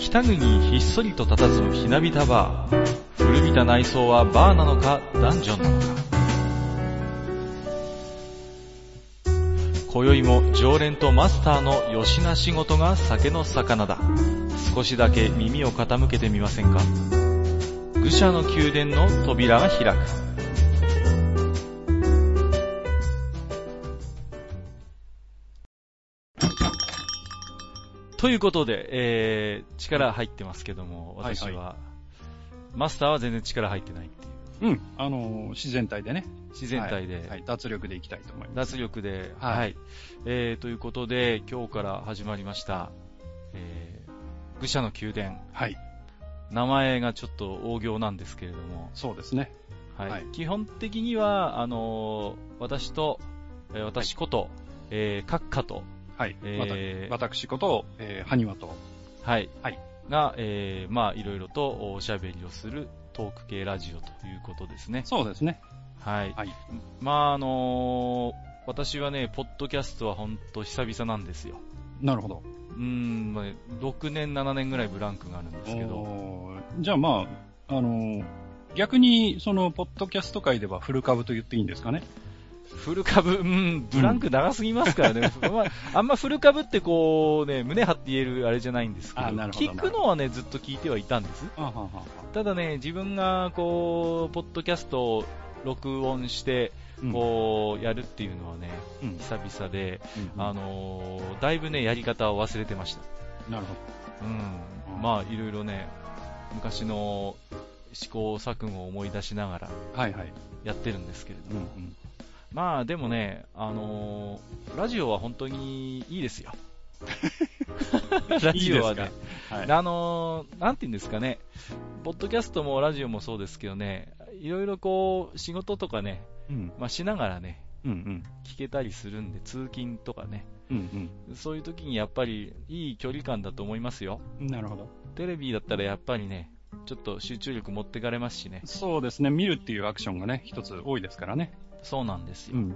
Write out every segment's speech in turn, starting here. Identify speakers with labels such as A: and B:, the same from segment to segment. A: 北国にひっそりと佇むひなびたバー。古びた内装はバーなのか、ダンジョンなのか。今宵も常連とマスターのよしな仕事が酒の魚だ。少しだけ耳を傾けてみませんか。愚者の宮殿の扉が開く。ということで、えー、力入ってますけども、
B: はいはい
A: 私は、マスターは全然力入ってないっていう。
B: うん。あの、自然体でね。
A: 自然体で、
B: はいはい。脱力でいきたいと思います。
A: 脱力で、は、
B: はいい
A: えー、ということで、今日から始まりました、えー、愚者の宮殿。
B: はい。
A: 名前がちょっと大行なんですけれども、
B: そうですね。
A: はい。
B: はい
A: 基本的には、あのー私と、えー私こと、えー、閣下と、
B: はい。
A: えー
B: わた私こと、えー、はにわと。
A: はい。
B: はい
A: が、えー、まあ、いろいろとおしゃべりをするトーク系ラジオということですね。
B: そうですね。
A: はい。
B: はい。
A: まあ、あのー私はね、ポッドキャストはほんと久々なんですよ。
B: なるほど。
A: うーん、まあね6年、7年ぐらいブランクがあるんですけど、
B: おーじゃあまあ、あの、逆に、その、ポッドキャスト界ではフル株と言っていいんですかね。
A: フル株、うん、ブランク長すぎますから ね、まあ、あんまフル株ってこうね、胸張って言えるあれじゃないんですけど、
B: あなるほど
A: 聞くのはね、ずっと聞いてはいたんです。
B: あははは
A: ただね、自分がこう、ポッドキャストを録音して、
B: うん
A: こう、やるっていうのはね、
B: うん
A: 久々で、
B: うん
A: あのーだいぶね、やり方を忘れてました。
B: なるほど。
A: うん、まあ、いろいろね、昔の試行錯誤を思い出しながら
B: はいはい。
A: やってるんですけれども
B: うんうん。
A: まあでもね、あのーラジオは本当にいいです よ。ラジオはい
B: い
A: ね
B: で、すかはい。
A: あのーなんて言うんですかね、ポッドキャストもラジオもそうですけどね、いろいろこう、仕事とかね、
B: うん
A: まあしながらね、
B: うんうん。
A: 聞けたりするんで、通勤とかね、
B: うん
A: そういう時にやっぱりいい距離感だと思いますよ。
B: うん。なるほど。
A: テレビだったらやっぱりね、ちょっと集中力持ってかれますしね、
B: そうですね。見るっていうアクションがね、一つ多いですからね。
A: そうなんですよ。
B: ん。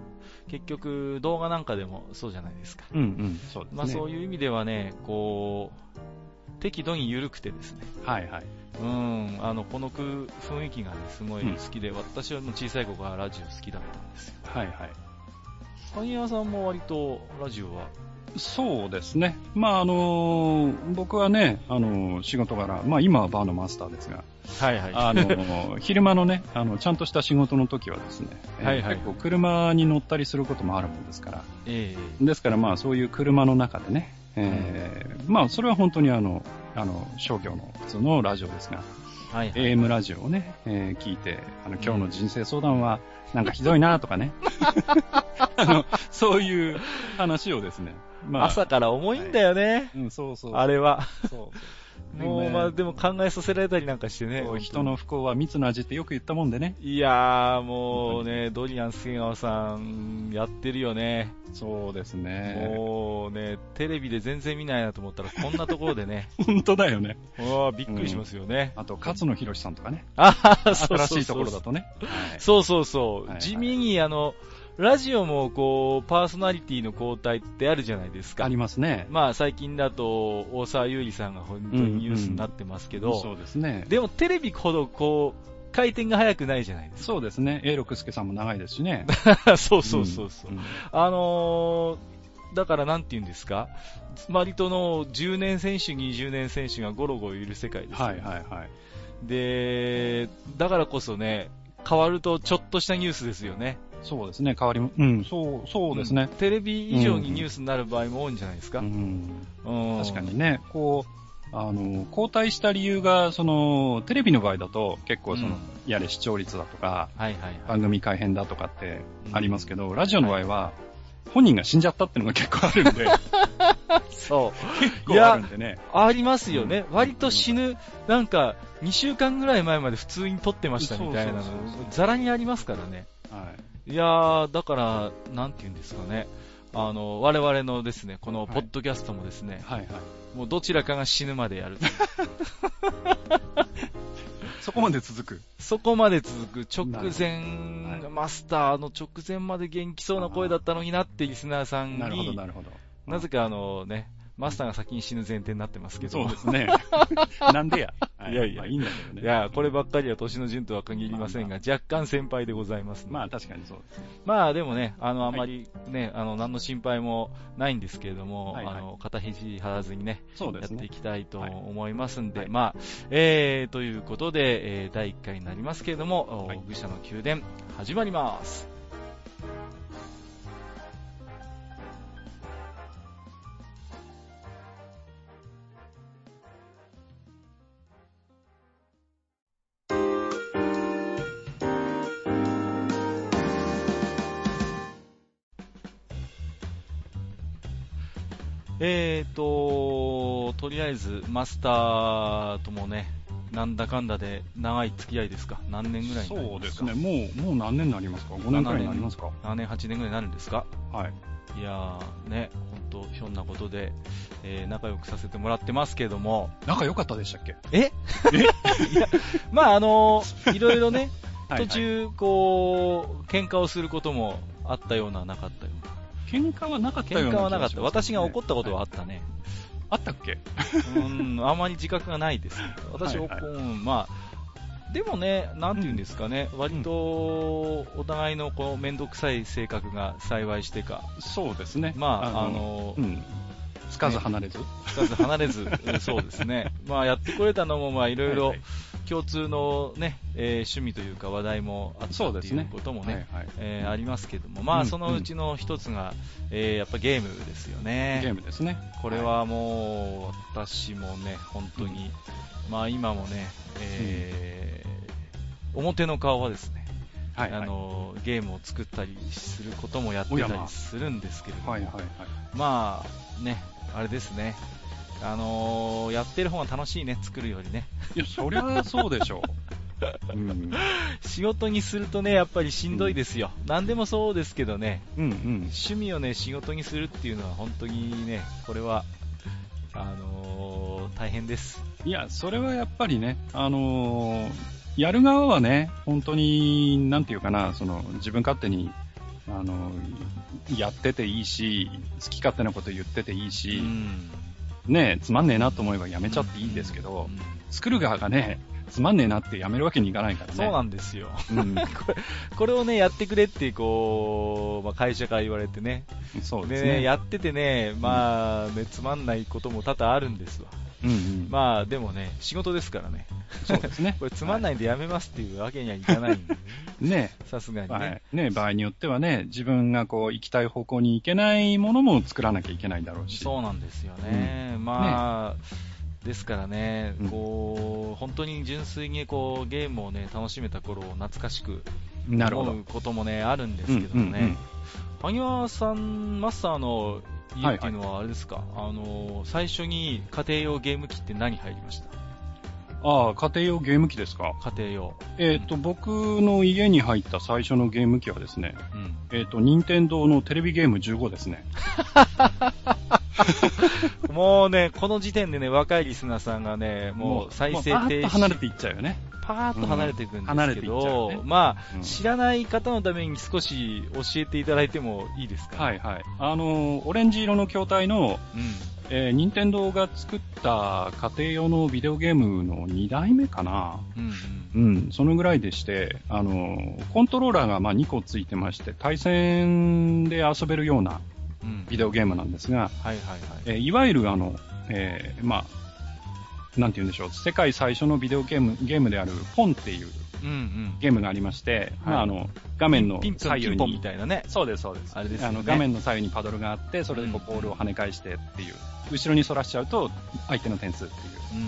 A: 結局、動画なんかでもそうじゃないですか。
B: うんうん。そうですね。
A: まあそういう意味ではね、こう、適度に緩くてですね、
B: はいはい。
A: うん、あの、この空雰囲気がね、すごい
B: うん
A: 好きで、私はもう小さい子からラジオ好きだったんですよ。
B: はいはい。
A: 谷川さんも割とラジオは、
B: そうですね。まあ、あのー僕はね、あのー仕事柄、まあ今はバーのマスターですが、
A: はいは
B: あのー 昼間のね、あの、ちゃんとした仕事の時はですね、えー
A: はいはい
B: 結構車に乗ったりすることもあるもんですから、
A: え
B: ですからまあそういう車の中でね、えーまあそれは本当にあの、あの、商業の普通のラジオですが、
A: えはいはい。
B: AM ラジオをね、えー聞いて、あの、今日の人生相談は、なんかひどいなとかね。 あの、そういう話をですね。まあ、
A: 朝から重いんだよね、
B: うん、そうそう。
A: あれは。
B: そうそう
A: もう、まあでも考えさせられたりなんかしてね。
B: そう
A: 本当に
B: 人の。不幸は蜜の味ってよく言ったもんでね。
A: いやー、もうね、ドリアン杉川さん、やってるよね。
B: そうですね。
A: もうね、テレビで全然見ないなと思ったら、こんなところでね、
B: 本当だよね。
A: ああ、びっくりしますよね。
B: あと、勝野博さんとかね。
A: ああ、そうそうそう
B: 新しいところだ。とね。はい
A: そうそうそう。
B: はいはい
A: 地味に、あの、ラジオも、こう、パーソナリティの交代ってあるじゃないですか
B: あ。りますね。
A: まあ、最近だと、大沢優里さんが本当にニュースになってますけど、
B: そうですね。
A: でもテレビほど、こう、回転が速くないじゃないです
B: そうですね。永六輔さんも長いですしね。
A: か。そうそうそうそう。
B: んん
A: あのー、だからなんて言うんですか割との10年選手、20年選手がゴロゴロいる世界ですよ
B: はいはいはい。
A: で、だからこそね、変わるとちょっとしたニュースですよね。
B: そうですね、変わりも、うん、そう、そうですね
A: ん。テレビ以上にニュースになる場合も多いんじゃないですか。
B: うん、
A: うん
B: 確かに。ね、こう、あの、交代した理由が、その、テレビの場合だと、結構そ
A: う
B: の、
A: ん
B: やれ視聴率だとか、
A: はいはいはい。
B: 番組改編だとかってありますけど、ラジオの場合は、本人が死んじゃったっていうのが結構ある んで、
A: そう。
B: 結 構あるんでね。
A: ありますよね。
B: うん
A: 割と死ぬ、なんか、2週間ぐらい前まで普通に撮ってましたみたいなの
B: そうそうそうそ、う
A: ざらにありますからね。
B: はい
A: やー、だから、なんて言うんですかね。あの、我々のですね、この
B: はい
A: ポッドキャストもですね
B: い。、はいはい。
A: もうどちらかが死ぬまでやる。
B: そこまで続く。
A: そこまで続く直
B: な
A: 前
B: るほど、は
A: マスターの直前まで元気そうな声だったのになってリスナーさん
B: なるほど、
A: に、
B: なるほど。
A: なぜかあのね、マスターが先に死ぬ前提になってますけど。
B: そうですね。 なんでや。はい
A: やいや
B: まあ、いいんだけどね。
A: いや、こればっかりは年の順とは限りませんが、若干先輩でございますので。
B: まあ確かにそうですね。
A: まあでもね、あの、あんまりね、あの、何の心配もないんですけれども、
B: はいはい
A: あの、肩肘張らずにね、
B: そうで
A: やっ
B: す
A: て
B: ね
A: い。きたいと思いますんで、
B: はい
A: まあ、えー、ということで、えー、第1回になりますけれども、
B: はい
A: 愚者の宮殿、始まります。えーと、とりあえず、マスターともね、なんだかんだで長い付き合いですか何年ぐらいになり
B: そ
A: ま
B: うです
A: か
B: すね。もう、もう何年になりますか ?5 年くらいになりますか
A: 7年、8年ぐらいになるんですか
B: はい。
A: いやー、ね、ほんと、ひょんなことで、えー仲良くさせてもらってますけども、
B: 仲良かったでしたっけ
A: え いやまあ、あのーいろいろ ね、
B: はい
A: 途中、こう、喧嘩をすることもあったような、なかったような。
B: 喧嘩はなかったよ
A: 喧
B: う
A: 嘩
B: な
A: はなかった。私が怒ったことはあ
B: あ,、
A: ったね。
B: あったっけ
A: うん、あまり自覚がないです。私、
B: はいはい
A: うん、まあ、でもね、なんて言うんですかね、割と、お互いのこう、めんどくさい性格が幸いして か、
B: そうですね。
A: まあ、あ、のー
B: うん。つかず離れず。
A: つかず離れず、うんそうですね。まあ、やってこれたのも、まあ、いろい
B: は
A: ろ
B: いはい
A: 共通のね、えー趣味というか話題もあった
B: そ
A: っ
B: うで
A: て
B: す
A: い
B: ね
A: うこともね、
B: はいはい
A: えーありますけども、まあ、
B: うん
A: そのうちの一つが、えーやっぱゲームですよ
B: ゲー
A: ね。
B: ムですね。
A: これはもう、私もね、本当に、まあ、今もね、えー表の顔はですね、
B: はい、はい、
A: あのゲームを作ったりすることもやってたりするんですけれども、
B: はいはいはい。
A: まあね、あれですね。あのーやってる方が楽しいね、作るよりね。
B: いや、そりゃそうでしょう。うん。
A: 仕事にするとね、やっぱりしんどいですよ。何でもそうですけどね、
B: うんうん。
A: 趣味をね、仕事にするっていうのは本当にね、これは、あのー大変です。
B: いや、それはやっぱりね、あのーやる側はね、本当に、なんていうかな、その、自分勝手に、あのーやってていいし、好き勝手なこと言ってていいし、
A: ん。
B: ね、つまんねえなと思えばやめちゃっていいんですけど、
A: うん
B: 作る側がね、つまんねえなってやめるわけにいかないからね。
A: そうなんですよ。
B: うん
A: これをね、やってくれって、こう、まあ、会社から言われてね。
B: そうで
A: です
B: ね。
A: ね、やっててね、まあ、ね、つまんないことも多々あるんですわ。
B: うんうん。
A: まあ、でもね、仕事ですからね。。
B: そうですね
A: これつまんないんでやめますっていうわけにはいかないんでね、
B: ね、
A: さすがにね。
B: はい、ね場合によってはね、自分がこう行きたい方向に行けないものも作らなきゃいけないだろうし。
A: そうなんですよね。まあ、ですからね
B: う、ん
A: こう、本当に純粋にこう、ゲームをね、楽しめた頃を懐かしく
B: なるほど
A: 思う。こともね、あるんですけども
B: うんうんう
A: ね
B: ん。
A: 萩原さん、マスターの家
B: はいはい
A: っていうのはあれですか、あの、最初に家庭用ゲーム機って何入りました
B: ああ、家庭用ゲーム機ですか。
A: 家庭用。
B: えっ、と、僕の家に入った最初のゲーム機はですね、
A: うん。
B: えっ、と、任天堂のテレビゲーム15ですね。
A: もうね、この時点でね、若いリスナーさんがね、もう再生
B: もう
A: 停止。
B: パーッと離れていっちゃうよね。
A: パーッと離れていくん
B: うん
A: です
B: 離れ
A: け
B: ていっちゃ
A: ど、
B: うね
A: まあ、
B: うん
A: 知らない方のために少し教えていただいてもいいですか、
B: はいはい。あのー、オレンジ色の筐体の、
A: うん。
B: えー、任天堂が作った家庭用のビデオゲームの2代目かな。
A: うん
B: う、
A: うん。
B: そのぐらいでして、あのー、コントローラーがまあ2個ついてまして、対戦で遊べるようなん
A: うん。
B: ビデオゲームなんですが、
A: はいはいはい。
B: えーいわゆるあの、えーまあ、なんて言うんでしょう、世界最初のビデオゲーム、ゲームであるポンっていう
A: うんうん。
B: ゲームがありまして、
A: はい
B: まあ、あの、画面の
A: ピン
B: 左
A: ピンポンピンポ
B: 右
A: ンみ
B: に、
A: たいなね。
B: そうです、そうです。
A: あれですよね
B: の、画面の左右にパドルがあって、それでこ
A: うん
B: うボールを跳ね返してっていう、後ろに反らしちゃうと相手の点数っていう
A: うん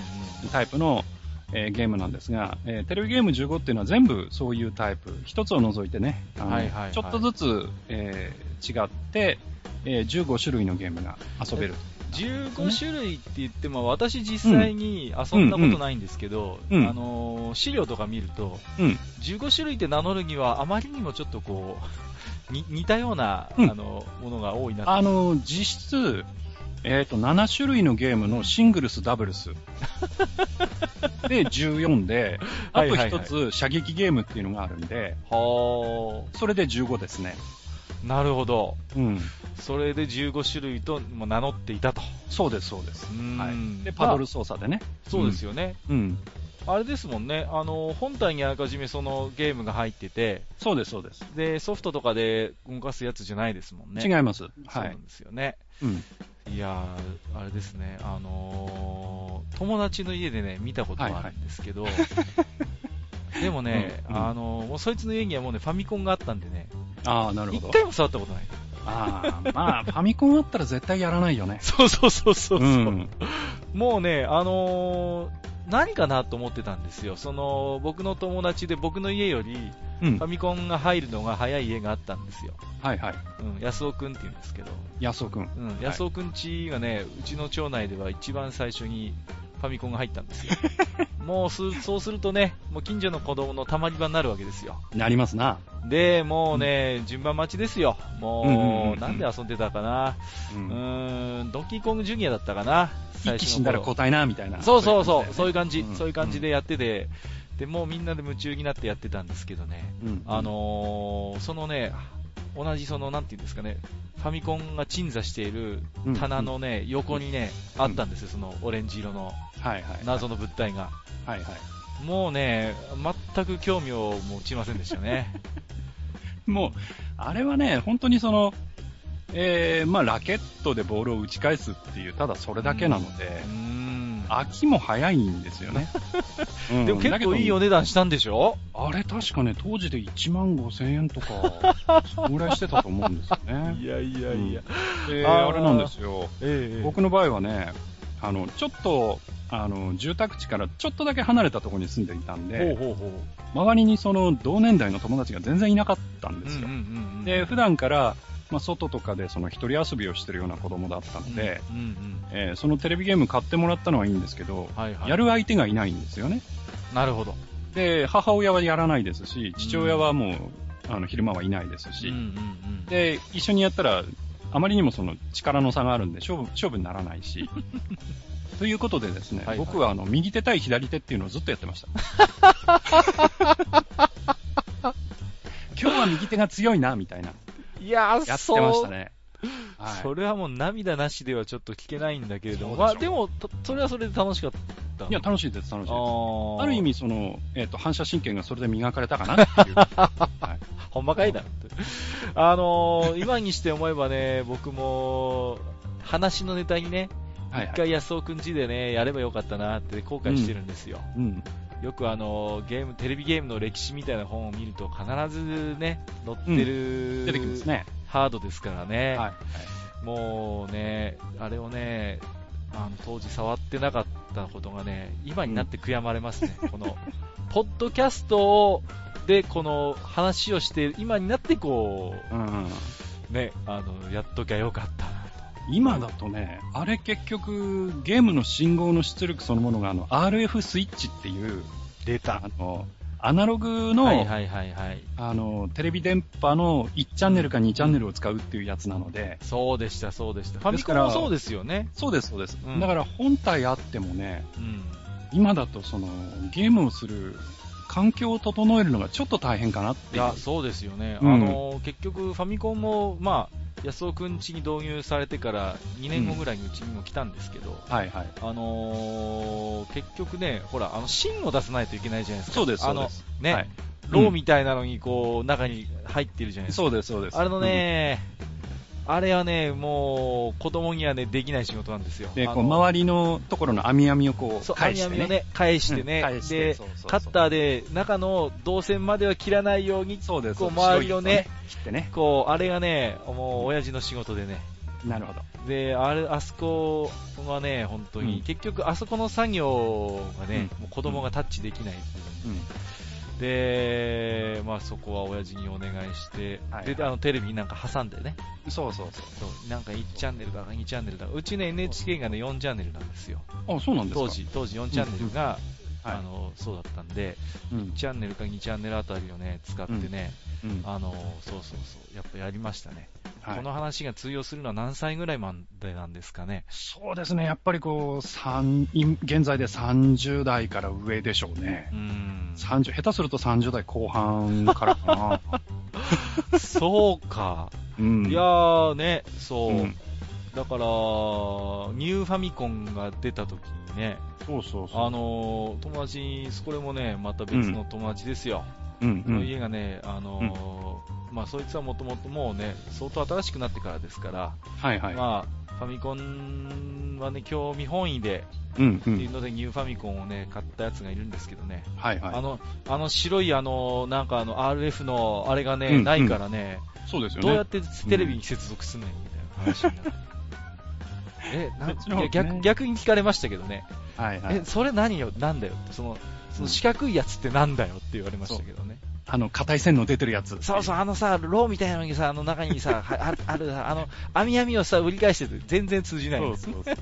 A: うん。
B: タイプの、えーゲームなんですが、えーテレビゲーム15っていうのは全部そういうタイプ、一つを除いてね、あの
A: はいはいはい
B: ちょっとずつ、えー違って、えー15種類のゲームが遊べる。
A: 15種類って言っても、私実際に遊んだことないんですけど、
B: うんうん
A: あのー資料とか見ると、
B: うん、
A: 15種類って名乗るにはあまりにもちょっとこう、 に似たような、
B: うん
A: あの、ものが多いな
B: あの、実質、えっ、と、7種類のゲームのシングルス、ダブル ス。で、14で、あ
A: はい
B: と
A: はいはい
B: 一つ、射撃ゲームっていうのがあるんで、
A: は
B: それで15ですね。
A: ーなるほど。
B: うん。
A: それで15種類ともう名乗っていたと。
B: そうです、そうです。
A: うん
B: はい。で、パドル操作でね。
A: そうですよね。
B: うん。
A: あれですもんね。あの、本体にあらかじめそのゲームが入ってて、
B: そうです、そうです。
A: で、ソフトとかで動かすやつじゃないですもんね。
B: 違います。
A: そう
B: は
A: ないん。ですよね。
B: うん。
A: いやー、あれですね、あのー友達の家でね、見たことがあるんですけど、 でもね、
B: うんうん
A: あのーもうそいつの家にはもうね、ファミコンがあったんでね、
B: ああ、なるほ
A: 一
B: ど。
A: 回も触ったことない。
B: ああ、まあ、ファミコンあったら絶対やらないよね。
A: そうそうそうそうそう、
B: ん。
A: もうね、あのー何かなと思ってたんですよ。その、僕の友達で僕の家より、
B: う
A: フ
B: ん。
A: ァ
B: は
A: ミコンが入るのが早い家があったんですよ。
B: いはい。
A: うん、安尾くんって言うんですけど、
B: 安尾くん。
A: うん、安尾くんちがね、うちの町内では一番最初にファミコンが入ったん ですよ。もうす、そうするとね、もう近所の子供のたまり場になるわけですよ。
B: なりますな。
A: で、もうね、順番待ちですよ。
B: うんうんうん
A: も
B: う
A: う、
B: ん
A: なんで遊んでたかな。
B: う。
A: うんーん、ドンキーコングジュニアだったかな。
B: 一気死んだら
A: 頃
B: 交代な、みたいな。
A: そうそうそう、
B: そ
A: そうういう
B: い
A: う
B: 感
A: 感
B: じ
A: じ
B: だよね、うん
A: そういう感じでやってて、で、もうみんなで夢中になってやってたんですけどね。
B: うん。
A: あ、のーそのね、同じその、なんていうんですかね、ファミコンが鎮座している棚のね、横にね、あったんですよ、そのオレンジ色の
B: はいはい。
A: 謎の物体が。
B: はいはい。
A: もうね、全く興味を持ちませんでしたね。
B: もう、あれはね、本当にその、えー、まあ、ラケットでボールを打ち返すっていう、ただそれだけなので、
A: うーん。
B: 飽きも早いんですよ ね。うん
A: でも結構いいお。
B: だ
A: 値段したんでしょ
B: けどあれ確かね、当時で1万5千円とか、 そのぐらいしてたと思うんですよね。
A: やいや
B: いや。で、
A: あー
B: あれなんですよ。
A: ええ
B: 僕の場合はね、あの、ちょっと、あの、住宅地からちょっとだけ離れたところに住んでいたん
A: ほう
B: で、
A: ほうほう。
B: 周りにその同年代の友達が全然いなかったんですよ。
A: ん
B: で、普段から、まあ、外とかでその一人遊びをしてるような子供だったので、、
A: うんうん
B: えーそのテレビゲーム買ってもらったのはいいんですけど、
A: うん。はいはい。
B: やる相手がいないんですよね。
A: なるほど。
B: で、母親はやらないですし、父親はもう、あの、昼間はいないですし、
A: うんうんうん。
B: で、一緒にやったら、あまりにもその力の差があるんで、勝負、勝負にならない し。ということでですね、
A: はいはい
B: 僕はあの、右手対左手っていうのをずっとやってました。 今日は右手が強いな、みたいな。
A: いやー、
B: やってましたね。はい
A: それはもう涙なしではちょっと聞けないんだけれども、ま
B: そ
A: あ
B: うで
A: で
B: し
A: も、とそれはそれで楽しかった。
B: いや、楽しいです、楽しいです。
A: あー
B: ある意、味、その、えっ、と、反射神経がそれで磨かれたかなっ ていう。はい
A: ほんまかいな って。あのー、今にして思えばね、 僕も、話のネタにね、
B: はい、
A: 一
B: はい。
A: 回安尾くんちでね、やればよかったなって後悔してるんですよ。
B: うん。
A: よくあのー、ゲーム、テレビゲームの歴史みたいな本を見ると必ずね、載ってる、
B: 出てきますね。
A: ハードですからね。
B: はい。
A: もうね、あれをね、あの当時触ってなかったことがね、今になって悔やまれますね。この、ポッドキャストを、で、この話をしている、今になってこ
B: うん。
A: う、ね、あの、やっときゃよかったな
B: 今だとね、あれ結局、ゲームの信号の出力そのものが、あの、RF スイッチっていう、
A: 出
B: あ。の、アナログの、
A: はいはいはいはい。
B: あの、テレビ電波の1チャンネルか2チャンネルを使うっていうやつなので、
A: そうでした、そうでした。ファ
B: で
A: ミ
B: す
A: コ
B: か
A: ン
B: ら
A: もそうですよね。
B: そうです、そうです。
A: うん
B: だから本体あってもね、
A: うん。
B: 今だとその、ゲームをする環境を整えるのがちょっと大変かなって
A: い
B: いう。
A: や、そうですよね。
B: うん
A: あの、結局、ファミコンも、まあ、安尾くんちに導入されてから2年後ぐらいにうちにも来たんですけど、
B: はいはい。
A: あのー結局ね、ほら、あの芯を出さないといけないじゃないですか。
B: そうです、そうです。
A: あのね、
B: はい
A: ローみたいなのにこう、中に入ってるじゃないですか。
B: そうです、そうです。
A: あれのね、あれはね、もう、子供にはね、できない仕事なんですよ。
B: うん、で、
A: あ
B: こう、
A: の
B: 周りのところの網網をこう、
A: そう、
B: 返して
A: 網網を
B: ね。
A: ね、返してね。
B: うん返して
A: で
B: そうそうそう
A: カッターで中の導線までは切らないように、
B: そうです。
A: こう、周りをね、
B: 切ってね。
A: こう、あれがね、もう、親父の仕事でね。
B: なるほど。
A: で、あれ、あそこはね、本当に、
B: うん
A: 結局、あそこの作業がね、
B: うん
A: もう子供がタッチできない部
B: う
A: 分。
B: ん。
A: で、まあそこは親父にお願いして、
B: はいはい
A: で、あの、テレビになんか挟んでね、
B: そうそうそ
A: そうなんか1チャンネルだか2チャンネルだか、うちね、NHK がね、4チャンネルなんですよ。
B: う。あ、そうなんですか
A: 当。時、当時4チャンネルが、
B: はい
A: あの、そうだったんで、
B: うん
A: 1。チャンネルか2チャンネルあたりをね、使ってね、
B: うん
A: あの、そうそうそう、やっぱやりましたね。
B: はい
A: この話が通用するのは何歳ぐらいまでなんですかね。
B: そうですね。やっぱりこう、三、今現在で30代から上でしょうね
A: う。ん。
B: 30、下手すると30代後半からかな。
A: そうか。
B: うん。
A: いやーね、そうう、
B: ん、
A: だから、ニューファミコンが出た時にね、
B: そうそうそう。
A: あのー友達に、これもね、また別の友達ですよ。
B: うん、う
A: の
B: ん。
A: 家がね、あのーまあ、そいつはもともともうね、相当新しくなってからですから、
B: はいはい。
A: まあ、ファミコンはね、興味本位で、
B: うん、う。
A: っていうんので、ニューファミコンをね、買ったやつがいるんですけどね、
B: はい
A: あ
B: は
A: の、あの白いあの、なんかあの、RF のあれがね、
B: うん
A: ないからね、
B: い。そうですよね。
A: どうやってテレビに接続するのよ、みたいな話になって。 え、な
B: そっちの方
A: いや逆
B: ね
A: 逆に聞かれましたけどね、
B: はいはい
A: え、。それ何よ、なんだよって、その、その四角いやつってなんだよって言われましたけどね。
B: あの、硬い線の出てるやつ。
A: そうそう、あのさ、ローみたいなのにさ、あの中にさ、はある、あるさ、あの、網網をさ、売り返してて、全然通じない
B: そ
A: の
B: う。そう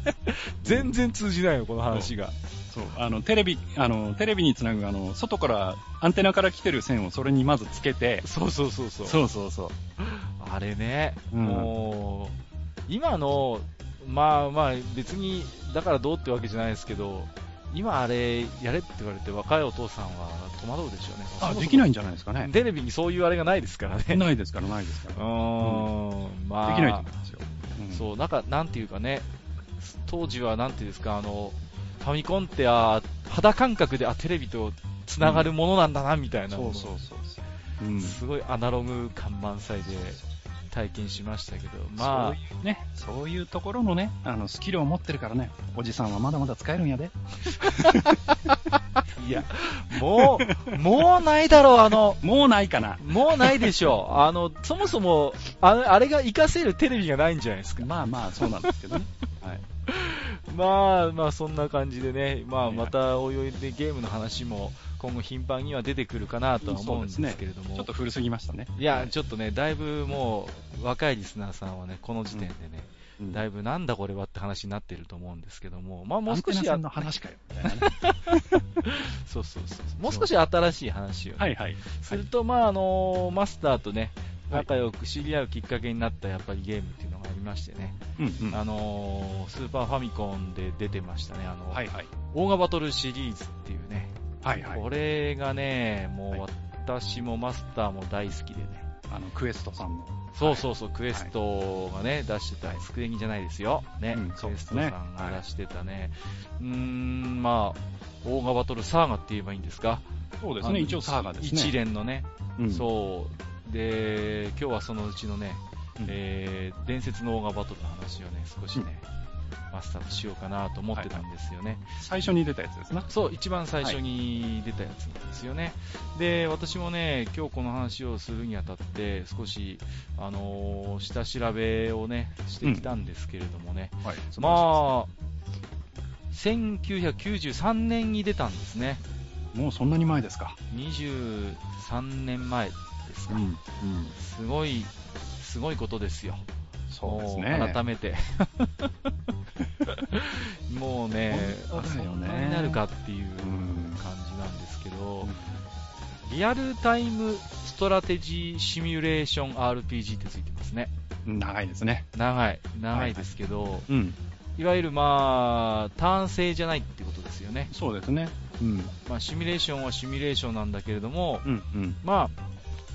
A: 全然通じないの、この話が。
B: そう。あの、テレビ、あの、テレビにつなぐ、あの、外から、アンテナから来てる線をそれにまずつけて、
A: そうそうそうそう。
B: そうそうそう。
A: あれね、
B: うん
A: もう、今の、まあまあ、別に、だからどうってわけじゃないですけど、今あれ、やれって言われて若いお父さんは戸惑うでしょうね。
B: あ、できないいんじゃないですかね。
A: テレビにそういうあれがないですからね。
B: ないですから、ないですか
A: う
B: ら。
A: ーん、まあ。
B: できないと思いますよ。うん
A: そう、なんか、なんていうかね、当時はなんていうんですか、あの、ファミコンって、あ肌感覚で、あ、テレビと繋がるものなんだな、みたいな
B: そ
A: も
B: うそう
A: の、
B: そうそう。うん。
A: すごいアナログ感満載で体験しましたけど、まあ、
B: そういうね、そういうところのね、あの、スキルを持ってるからね、おじさんはまだまだ使える んやで。
A: いや、もう、もうないだろう、あの、
B: もうないかな。
A: もうないでしょう。あの、そもそも、あのあれが活かせるテレビがないんじゃないですか。
B: まあまあ、そうなんですけどね。はい。
A: まあまあそんな感じでね、まあ、
B: はい
A: またおいおいでゲームの話も今後頻繁には出てくるかなとは思うんですけれども、
B: ちょっと古すぎましたね。
A: いや、ちょっとね、だいぶもう若いリスナーさんはね、この時点でね、
B: うん
A: だいぶなんだこれはって話になってると思うんですけども、まあもう少
B: アンテ
A: し
B: ナ
A: あ
B: 線の話 かよ。みたいなね
A: そうそうそうそうもう少し新しい話をね、
B: はいはい。
A: すると、まああのマスターとね、
B: はい
A: 仲良く知り合うきっかけになったやっぱりゲームっていうのがありましてね、
B: うんうん。
A: あのスーパーファミコンで出てましたね、あの、
B: はいはい。
A: オーガバトルシリーズっていうね、
B: はいはい
A: こ。れがね、も
B: は
A: う私もマスターも大好きでね、
B: あの、クエストさんの。
A: そうそうそう、クエストがね、出してた、スクエニじゃないですよ、ね、
B: うん
A: クエスト
B: そうで
A: さ
B: すね
A: んが出してたね、うーん、まあ、オーガバトルサーガって言えばいいんですか、
B: そうで
A: あ
B: す
A: の
B: ね。一応サーガですね。
A: 一連のね、
B: うん。
A: そう、で、今日はそのうちのね、
B: うん
A: えー伝説のオーガバトルの話をね、少しね、マスターとしようかなと思ってたんですよね。
B: 最初に出たやつですね。
A: そう、一番最初に出たやつなんですよね。で、私もね、今日この話をするにあたって、少し、あのー下調べをね、してきたんですけれどもね。
B: はい。
A: まあ、1993年に出たんですね。
B: あ、もうそんなに前ですか。
A: 23年前ですか。
B: うん。
A: すごい、すごいことですよ。
B: そうです
A: もう
B: ね。
A: 改め て。もうね、
B: 本当だよ
A: あそ
B: ね
A: んなになるかっていう
B: うん
A: 感じなんですけど、
B: うん
A: リアルタイムストラテジーシミュレーション RPG ってついてますね。
B: 長いですね。
A: 長い、長いですけど、い
B: うん。
A: わゆるまあ、単性じゃないってことですよね。
B: そうですね。うん。
A: まあ、シミュレーションはシミュレーションなんだけれども、
B: うん。うん。
A: まあ、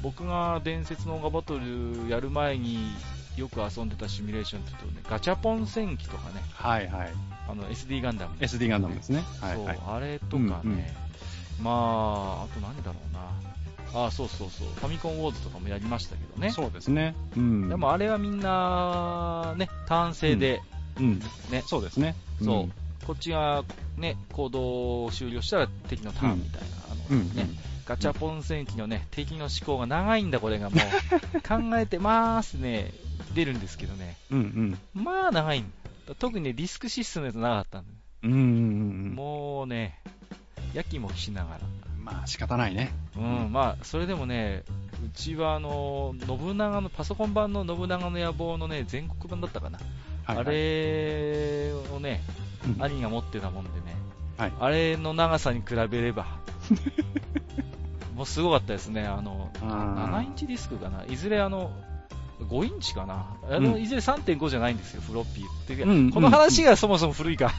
A: 僕が伝説のオガバトルやる前によく遊んでたシミュレーションって言うとね、ガチャポン戦記とかね、
B: はいはい。
A: あの SD ガンダム、
B: SD ガンダムですね。はいはい
A: そう。あれとかね、
B: うんうん
A: まあ、あと何だろうな、あそうそうそう、ファミコンウォーズとかもやりましたけどね、
B: そうですね。うん。
A: でもあれはみんな、ね、単性で、
B: うん。
A: ね
B: そうですね。
A: そうこっちが、ね、行動を終了したら敵のターンみたいな。あ
B: う
A: の
B: ん。
A: ねガチャポン戦記のね、敵の思考が長いんだ、これがもう。 考えてまーすね、出るんですけどね。
B: うん。うん。
A: まあ長いんだ特にね、ディスクシステムのやつ長かったんで、
B: うん。うんうん。うん。
A: もうね、やきもきしながら。
B: まあ仕方ないね。
A: うん、
B: うん
A: まあ、それでもね、うちはあの、信長の、パソコン版の信長の野望のね、全国版だったかな。
B: はいはい
A: あれをね、
B: うん
A: 兄が持ってたもんでね、
B: はい
A: あれの長さに比べれば、 もうすごかったですね、あの、
B: あー
A: 7インチディスクかな、いずれあの、5インチかな、あの
B: うん
A: いずれ3.5じゃないんですよ、フロッピーっていうか、
B: うん
A: この話がそもそも古いか、。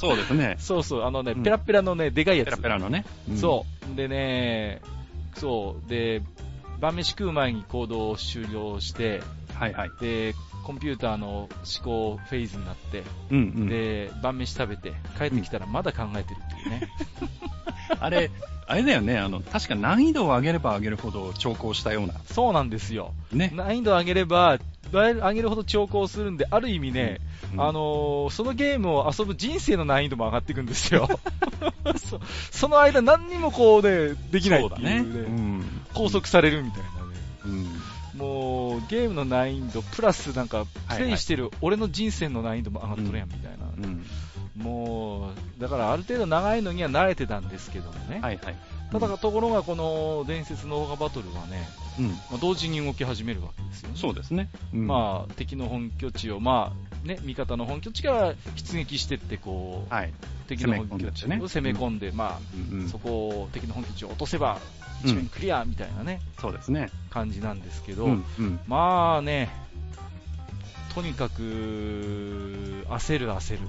B: そうですね
A: そうそう、あのね、
B: うん
A: ペラペラのね、でかいや
B: ペ
A: つ、
B: ラペラのね。
A: そう、でね、そう、で、晩飯食う前に行動を終了して、
B: う。はいはい。
A: で、コンピューターの思考フェーズになって、
B: うんうん。
A: で、晩飯食べて、帰ってきたらまだ考えてるっていう ね。
B: あれ、あれだよね、あの、確か難易度を上げれば上げるほど調校したような。
A: そうなんですよ。
B: ね。
A: 難易度を上げれば、上げるほど長考するんで、ある意味ね、
B: うん
A: あ、のーそのゲームを遊ぶ人生の難易度も上がっていくんです よ。そその間何にもこうね、できない
B: そ
A: っ
B: う
A: て
B: だ
A: いうね
B: ね。うん。
A: 拘束されるみたいなね。
B: うん。
A: もう、ゲームの難易度、プラスなんか、
B: はい
A: プレイしてる俺の人生の難易度も上がっとるやんみたいな。
B: うん。
A: もう、だからある程度長いのには慣れてたんですけどもね。
B: はいはい。
A: ただ、ところがこの伝説のオーガバトルはね、
B: うん。
A: まあ同時に動き始めるわけですよね。
B: そうですね。うん
A: まあ、敵の本拠地を、まあね、味方の本拠地から出撃してってこう、
B: はい。
A: 敵の本拠地を攻
B: 攻
A: め
B: め
A: 込
B: 込
A: んで、ま
B: うんう
A: あ、
B: ん
A: そこを敵の本拠地を落とせば
B: うん
A: 一面クリアみたいなね、
B: そうですね。
A: 感じなんですけど、
B: うんうん。
A: まあね、とにかく焦る焦る、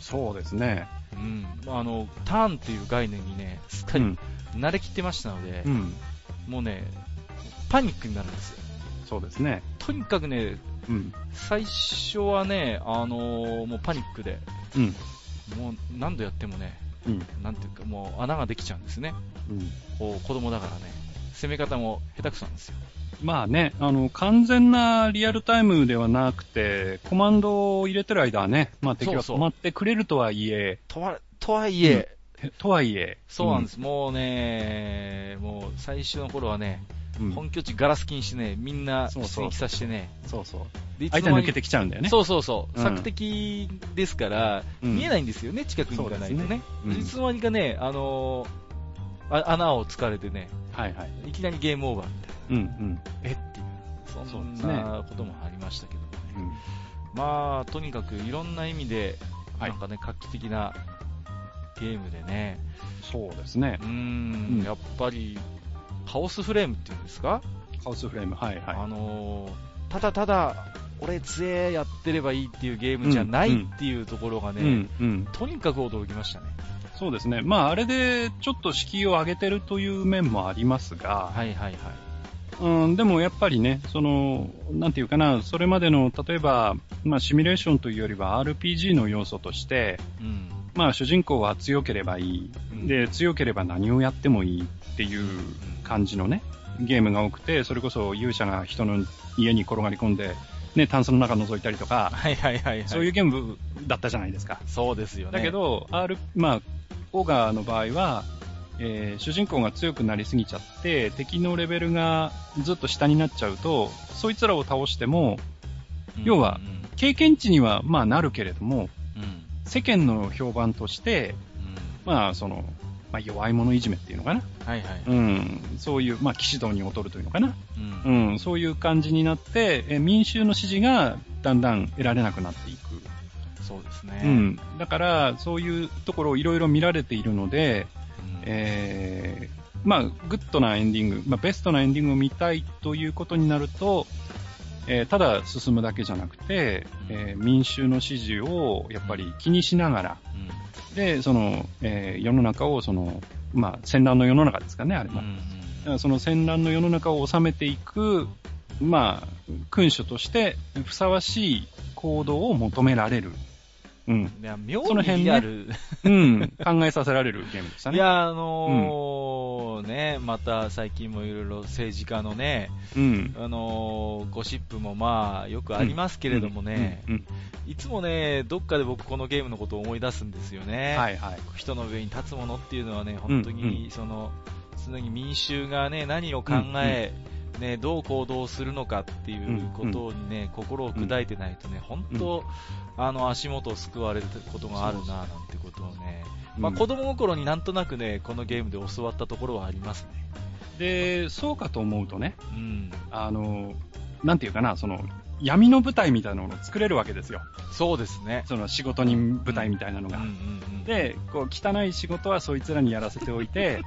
B: そうですね。
A: うんあの、ターンっていう概念にね、すっか
B: う
A: り
B: ん。
A: 慣れきってましたので
B: う、ん。
A: もうね、パニックになるんですよ。
B: そうですね。
A: とにかくね、
B: うん。
A: 最初はね、あのもうパニックで、
B: うん。
A: もう何度やってもね、
B: うん。
A: なんていうか、もう穴ができちゃうんですね。
B: うん。
A: こう子供だからね、攻め方も下手くそなんですよ。
B: まあね、あの、完全なリアルタイムではなくて、コマンドを入れてる間はね、まあ敵は
A: そうそう
B: 止まってくれるとはいえ、
A: とはとはいえ、
B: へとはいえ。。
A: そうなんですす、もうね、もう最初の頃はね、
B: うん
A: 本拠地ガラス禁してね、みんな
B: そう
A: 出
B: そう
A: 撃させてね、
B: そうそう。
A: でい
B: 相手
A: に
B: 抜けてきちゃうんだよね。
A: そうそうそう、
B: うん
A: 索敵ですから、
B: うん
A: 見えないんですよね、近くに行かないと
B: そうで
A: ね。
B: すねうん
A: いつの間にかね、あのーあ穴を突かれてね、
B: はいはい。
A: いきなりゲームオーバーみたいな、
B: うんうん。
A: えっていう、そ
B: そうで
A: ん
B: すね
A: なこともありましたけどね。まあ、とにかくいろんな意味で、
B: はい
A: なんかね、画期的なゲームでね、
B: そうですね
A: う。ーん、
B: うん
A: やっぱり、カオスフレームっていうんですか、
B: ハウスフレーム。はいはい。
A: あのーただただ、俺強えやってればいいっていうゲームじゃない
B: うん
A: っていうところがね、
B: うんうん。
A: とにかく驚きましたね。
B: そうですね。まああれでちょっと敷居を上げてるという面もありますが、
A: はいはいはい。
B: うん、でもやっぱりね、その、なんていうかな、それまでの、例えば、まあシミュレーションというよりは RPG の要素として、
A: うん。
B: まあ主人公は強ければい
A: うん
B: い。で、強ければ何をやってもいいっていう感じのね、ゲームが多くて、それこそ勇者が人の家に転がり込んで、ね、炭素の中覗いたりとか、
A: はいはいはいはい。
B: そういうゲームだったじゃないですか。
A: そうですよね。
B: だけ、ど、R、まあ、オーガーの場合は、えー主人公が強くなりすぎちゃって、敵のレベルがずっと下になっちゃうと、そいつらを倒しても、要は経験値にはまあなるけれども、
A: うん、うん。
B: 世間の評判として、
A: うん。
B: まあ、その、まあ、弱い者いじめっていうのかな。
A: はいはい。
B: うん。そういう、まあ、騎士道に劣るというのかな。
A: うん
B: う。ん。そういう感じになって、えー民衆の支持がだんだん得られなくなっていく。
A: そうですね。
B: う。ん、だから、そういうところをいろいろ見られているので、
A: え
B: えーまあ、グッドなエンディング、まあ、ベストなエンディングを見たいということになると、えーただ進むだけじゃなくて、えー民衆の支持をやっぱり気にしながら、で、その、えー世の中を、その、まあ、戦乱の世の中ですかね、あれ
A: うん。う
B: は。
A: ん
B: だからその戦乱の世の中を治めていく、まあ、君主としてふさわしい行動を求められる。 うん。
A: いや、妙
B: その辺
A: に
B: ね
A: リアル。
B: うん、考えさせられるゲームでしたね。
A: い、や、あのーね、また最近もいろいろ政治家のね、
B: うん。
A: あのーゴシップもまあ、よくありますけれどもね、
B: うん、うん
A: いつもね、どっかで僕このゲームのことを思い出すんですよね。
B: はいはい。
A: 人の上に立つものっていうのはね、本当
B: うん
A: に、その、常に民衆がね、何を考え、ね、どう行動するのかっていうことにね、心を砕いてないとね、本当、あの、足元を救われることがあるな、なんてことをね、まあ、
B: うん
A: 子供心になんとなくね、このゲームで教わったところはありますね。
B: で、そうかと思うとね、
A: うん。
B: あの、なんていうかな、その、闇の舞台みたいなのを作れるわけですよ。
A: そうですね。
B: その仕事人舞台みたいなの
A: うんう
B: が。
A: んうん、
B: で、こう、汚い仕事はそいつらにやらせておい て、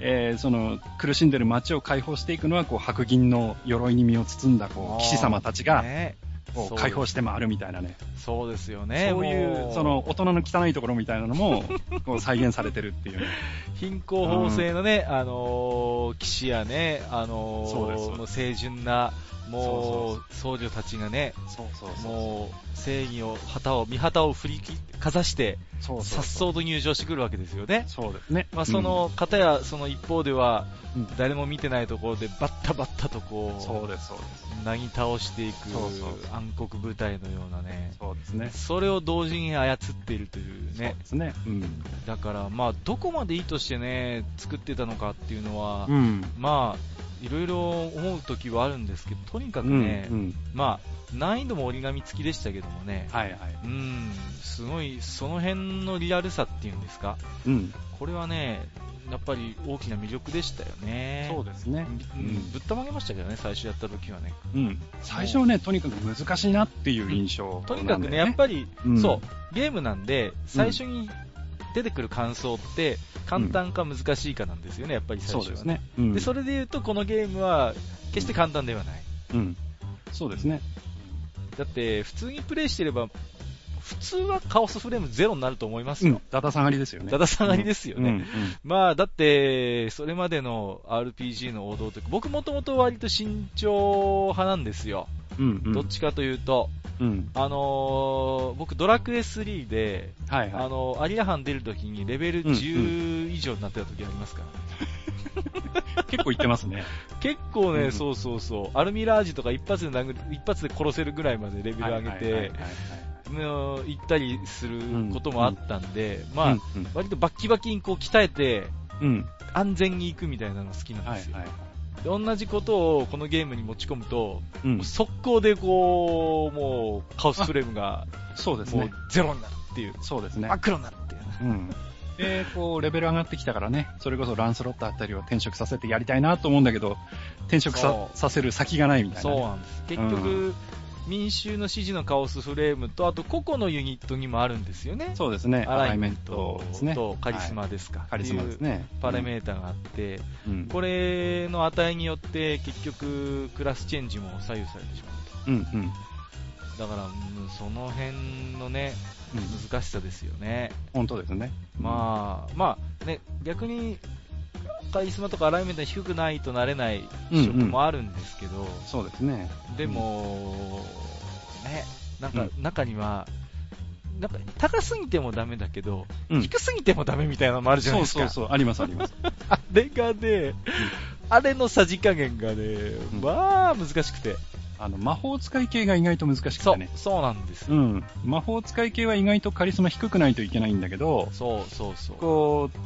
B: えーその、苦しんでる街を解放していくのは、こう、白銀の鎧に身を包んだ、こう、騎士様たちが、
A: ね
B: を
A: そう
B: 解放して回るみたいなね。
A: そうですよね。
B: そうい
A: も
B: う、その、大人の汚いところみたいなの も、こう再現されてるっていうね。
A: 貧困法制のね、あのー騎士やね、あのー
B: そうですそうで
A: の清純な、も、
B: そう
A: 僧侶たちがね、
B: そうそう
A: もう、正義を、旗を、見旗を振りきかざして、
B: そう
A: さっ
B: そうそう。
A: そうと入場してくるわけですよね。
B: そうですね。
A: まあ、その、方や、その一方では、
B: うん、うん
A: 誰も見てないところで、バッタバッタと
B: そ
A: こ
B: うです、そうです。
A: う、なぎ倒していく
B: そうそう
A: 暗黒部隊のようなね、
B: そうですね。
A: それを同時に操っているというね
B: そう、ですね。うん。
A: だから、まあ、どこまで意図してね、作ってたのかっていうのは、
B: うん。
A: まあ、いろいろ思う時はあるんですけど、とにかく
B: うん
A: ね、
B: うん
A: まあ、難易度も折り紙付きでしたけどもね、
B: はいはい。
A: うん、すごい、その辺のリアルさっていうんですか、
B: うん。
A: これはね、やっぱり大きな魅力でしたよね。
B: そうですね。
A: うんぶったまげましたけどね、最初やった時はね。
B: うん。最初はね、とにかく難しいなっていう印象
A: とにかくね、やっ
B: り、
A: ぱり、
B: うん
A: そう、ゲームなんで、最初に出てくる感想って、簡単か難しいかなんですよね、やっぱり最初
B: そ
A: は、
B: うですね。うん
A: でそれで言うと、このゲームは、決して簡単ではない。
B: うん。そうですね。
A: だって、普通にプレイしてれば、普通はカオスフレームゼロになると思います
B: う
A: よ
B: ん。。だだ下がりですよね。
A: だだ下がりですよね。
B: うん。
A: まあ、だって、それまでの RPG の王道というか、僕もともと割と慎重派なんですよ。
B: うん。うん
A: どっちかというと、
B: うん。
A: あのー僕ドラクエ3で、
B: はい
A: あ
B: は
A: のーアリアハン出るときにレベル
B: うんうん
A: 10以上になってた時ありますからね。
B: い。結構言っ てますね。
A: 結構ね、
B: うん
A: そうそうそう、アルミラージとか一発で殴る、一発で殺せるぐらいまでレベル上げて、
B: はいはいはいはい
A: の行ったりすることもあったんで、ま
B: は
A: あ、
B: い。うん
A: 割とバッキバキにこう鍛えて、
B: うん。うん。
A: 安全に行くみたいなの好きなん
B: は
A: で
B: い
A: すよ。
B: はい。
A: で同じことをこのゲームに持ち込むと、
B: うん
A: もう。速攻でこう、もうカオスフレームが
B: そうです
A: もう
B: ね。
A: ゼロになるっていう、
B: そうですね
A: 真。っ黒になるっていうね。
B: うん。で、こう、レベル上がってきたからね、それこそランスロットあたりを転職させてやりたいなと思うんだけど、転職さ
A: そ
B: させる先がないみたいな
A: そう
B: ね。
A: なんです。結局、
B: う
A: 民衆の指示のカオスフレームと、あと個々のユニットにもあるんですよね。
B: そうですね。
A: アライメント
B: ですね。
A: とカリスマ
B: はい
A: ですか。
B: カリスマです
A: っていう
B: ね。
A: パラメーターがあって、
B: うん。
A: これの値によって結局クラスチェンジも左右されてしまう
B: うんうん。
A: と。だから、うんその辺のね、
B: うん
A: 難しさですよね。
B: 本当ですね。
A: まあ、まあね、逆に、カリスマとかアライメントが低くないとなれない職もあるんですけど、
B: そうですね。
A: でも、ね、なんか中には、なんか高すぎてもダメだけど、
B: うん
A: 低すぎてもダメみたいなのもあるじゃない
B: そう
A: ですか。
B: そうそう、ありますあ ります。
A: あれがね、あれのさじ加減がね、
B: ん
A: まあ難しくて。
B: あの、魔法使い系が意外と難しく
A: そ
B: て
A: う
B: ね。、
A: そうなんですよ。
B: うん。魔法使い系は意外とカリスマ低くないといけないんだけど、
A: そうそうそう。
B: こう、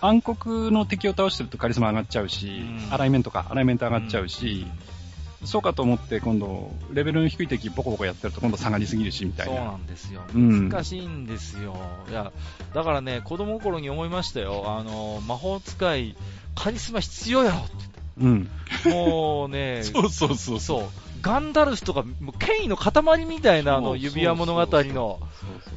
B: 暗黒の敵を倒してるとカリスマ上がっちゃうし、
A: うん
B: アライメントか、アライメント上がっちゃうし、そうかと思って今度、レベルの低い敵ボコボコやってると今度下がりすぎるし、みたい
A: そうな
B: な。
A: んですよ。
B: うん
A: 難しいんですよ。いや、だからね、子供頃に思いましたよ。あの、魔法使い、カリスマ必要やろって
B: うん。
A: 言って。もうね、
B: う そうそうう。
A: そう。ガンダルフとか、もう権威の塊みたいな、あ
B: そ
A: の、
B: う
A: 指輪物語
B: そうそうそ
A: の。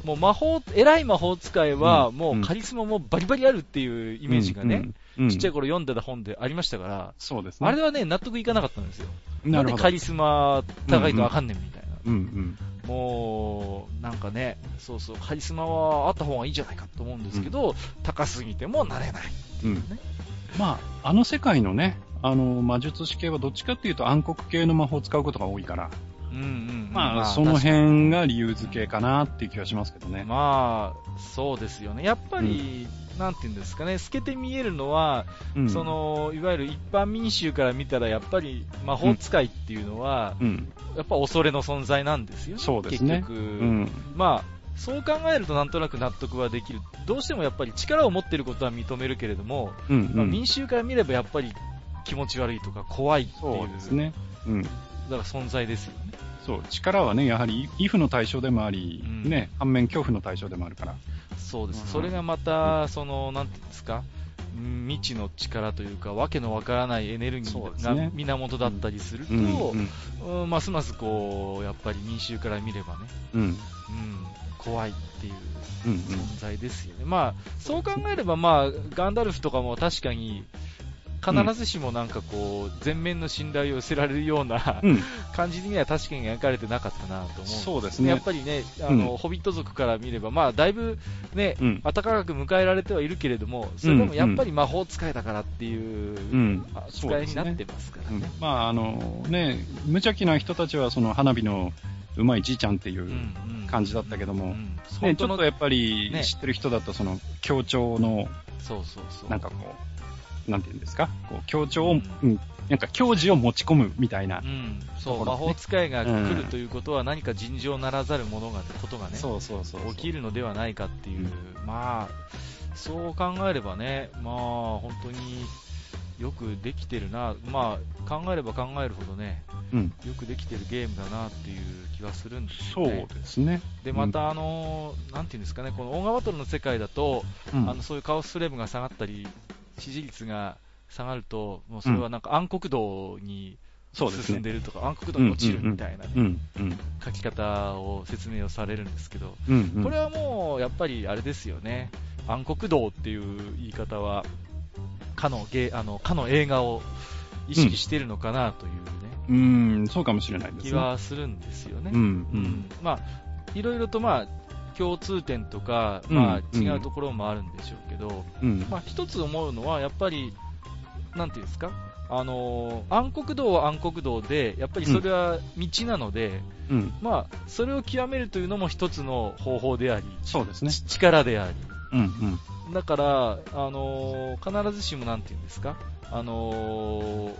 A: もう魔法、偉い魔法使いは、もうカリスマもバリバリあるっていうイ
B: イ
A: メージがね、、
B: うん
A: ちっちゃい頃読んでた本でありましたから、
B: そうですね。
A: あれはね、納得いかなかったんですよ。な
B: なんる
A: で
B: ほど。
A: カリスマ高いとあかんねんみたいな。
B: うんうん。
A: もう、なんかね、そうそう、カリスマはあった方がいいんじゃないかと思うんですけど、高すぎてもなれない。
B: うんまあ、あの世界のね、あの、魔術師系はどっちかっていうと暗黒系の魔法を使うことが多いから、
A: うんうん。
B: まあ、その辺が理由付けかなっていう気はしますけどね。
A: まあ、そうですよね。やっぱり、なんていうんですかね、透けて見えるのは、
B: うん
A: そ、の、いわゆる一般民衆から見たら、やっぱり魔法使いっていうのは、
B: うん。
A: やっぱ恐れの存在なんですよね。
B: そうですね
A: 結局、
B: うん。
A: まあ、そう考えるとなんとなく納得はできる。どうしてもやっぱり力を持ってることは認めるけれども、
B: うん。
A: ま
B: う
A: あ
B: ん
A: 民衆から見ればやっぱり気持ち悪いとか怖いっていう、
B: そうですね。うん。
A: だから存在ですよね。
B: そう、力はね、やはり、イフの対象でもあり、
A: うん
B: ね、反面恐怖の対象でもあるから。
A: そうです。
B: うん
A: それがまた、その、なんていうんですか、うん未知の力というか、わけのわからないエネルギ
B: そうで
A: ー
B: す
A: が
B: ね
A: 源だったりすると、
B: うん。うん。
A: うんますますこう、やっぱり民衆から見ればね、
B: うん。
A: うん、怖いっていう
B: うん。
A: 存在ですよね。まあ、そう考えれば、まあ、ガンダルフとかも確かに、必ずしもなんかこう、全面の信頼を寄せられるような、
B: うん。
A: 感じには確かに描かれてなかったなと思うんですよ
B: そうですね
A: やっぱりね、あの、
B: うん
A: ホビット族から見れば、まあ、だいぶね、
B: うん
A: 暖かく迎えられてはいるけれども、それでもやっぱり魔法使いだからっていう、
B: うんそう
A: 扱い
B: で
A: に
B: す
A: な
B: ね
A: ってますからね。
B: まあ、あのね、無邪気な人たちは、その花火のうまいじいちゃんってい
A: う
B: う、
A: んうん
B: 感じだったけども
A: うん
B: ね、
A: 本
B: ち
A: 当
B: ょ
A: の
B: っとやっぱり
A: ね
B: 知ってる人だと、その協調の、
A: そうそうそう。
B: なんかこう、なんていうんですか、こう協調を、
A: う
B: うんんなんか教授を持ち込むみたいな
A: う、ん、そう、
B: ところ
A: 魔
B: ね
A: 法使いが来る
B: うん
A: ということは何か尋常ならざるものが、ことがね、
B: そうそうそうそう
A: 起きるのではないかっていう、まあ、そう考えればね、まあ、本当によくできてるな、まあ、考えれば考えるほどね、
B: うん、
A: よくできてるゲームだなっていう気がするんです
B: そ
A: よ
B: う
A: ね。
B: ですね。
A: で、また、あの、なんていうんですかね、このオーガバトルの世界だと、
B: うん、
A: あのそういうカオススレブが下がったり、支持率が下がると、もうそれはなんか暗黒道に
B: そうです
A: 進ん
B: ね。
A: でるとか、暗黒道に落ちるみたいなね
B: うん、うん、
A: 書き方を説明をされるんですけど、
B: うん、うん。
A: これはもうやっぱりあれですよね、暗黒道っていう言い方は、かのゲあのかの映画を意識してるのかなというね、
B: うん、そうかもしれないですね。
A: 気はするんですよね。
B: うん、
A: うんまあ、いろいろとまあ共通点とか、
B: うん
A: まあ、
B: うん
A: 違うところもあるんでしょうけど、
B: うん、うん。
A: まあ、一つ思うのは、やっぱり、なんていうんですか、あのー暗黒道は暗黒道で、やっぱりそれは道なので、
B: うん、
A: まあ、それを極めるというのも一つの方法であり、
B: そうですね。
A: ち力であり、
B: うん、うん。
A: だから、あのー必ずしもなんていうんですか、あのー、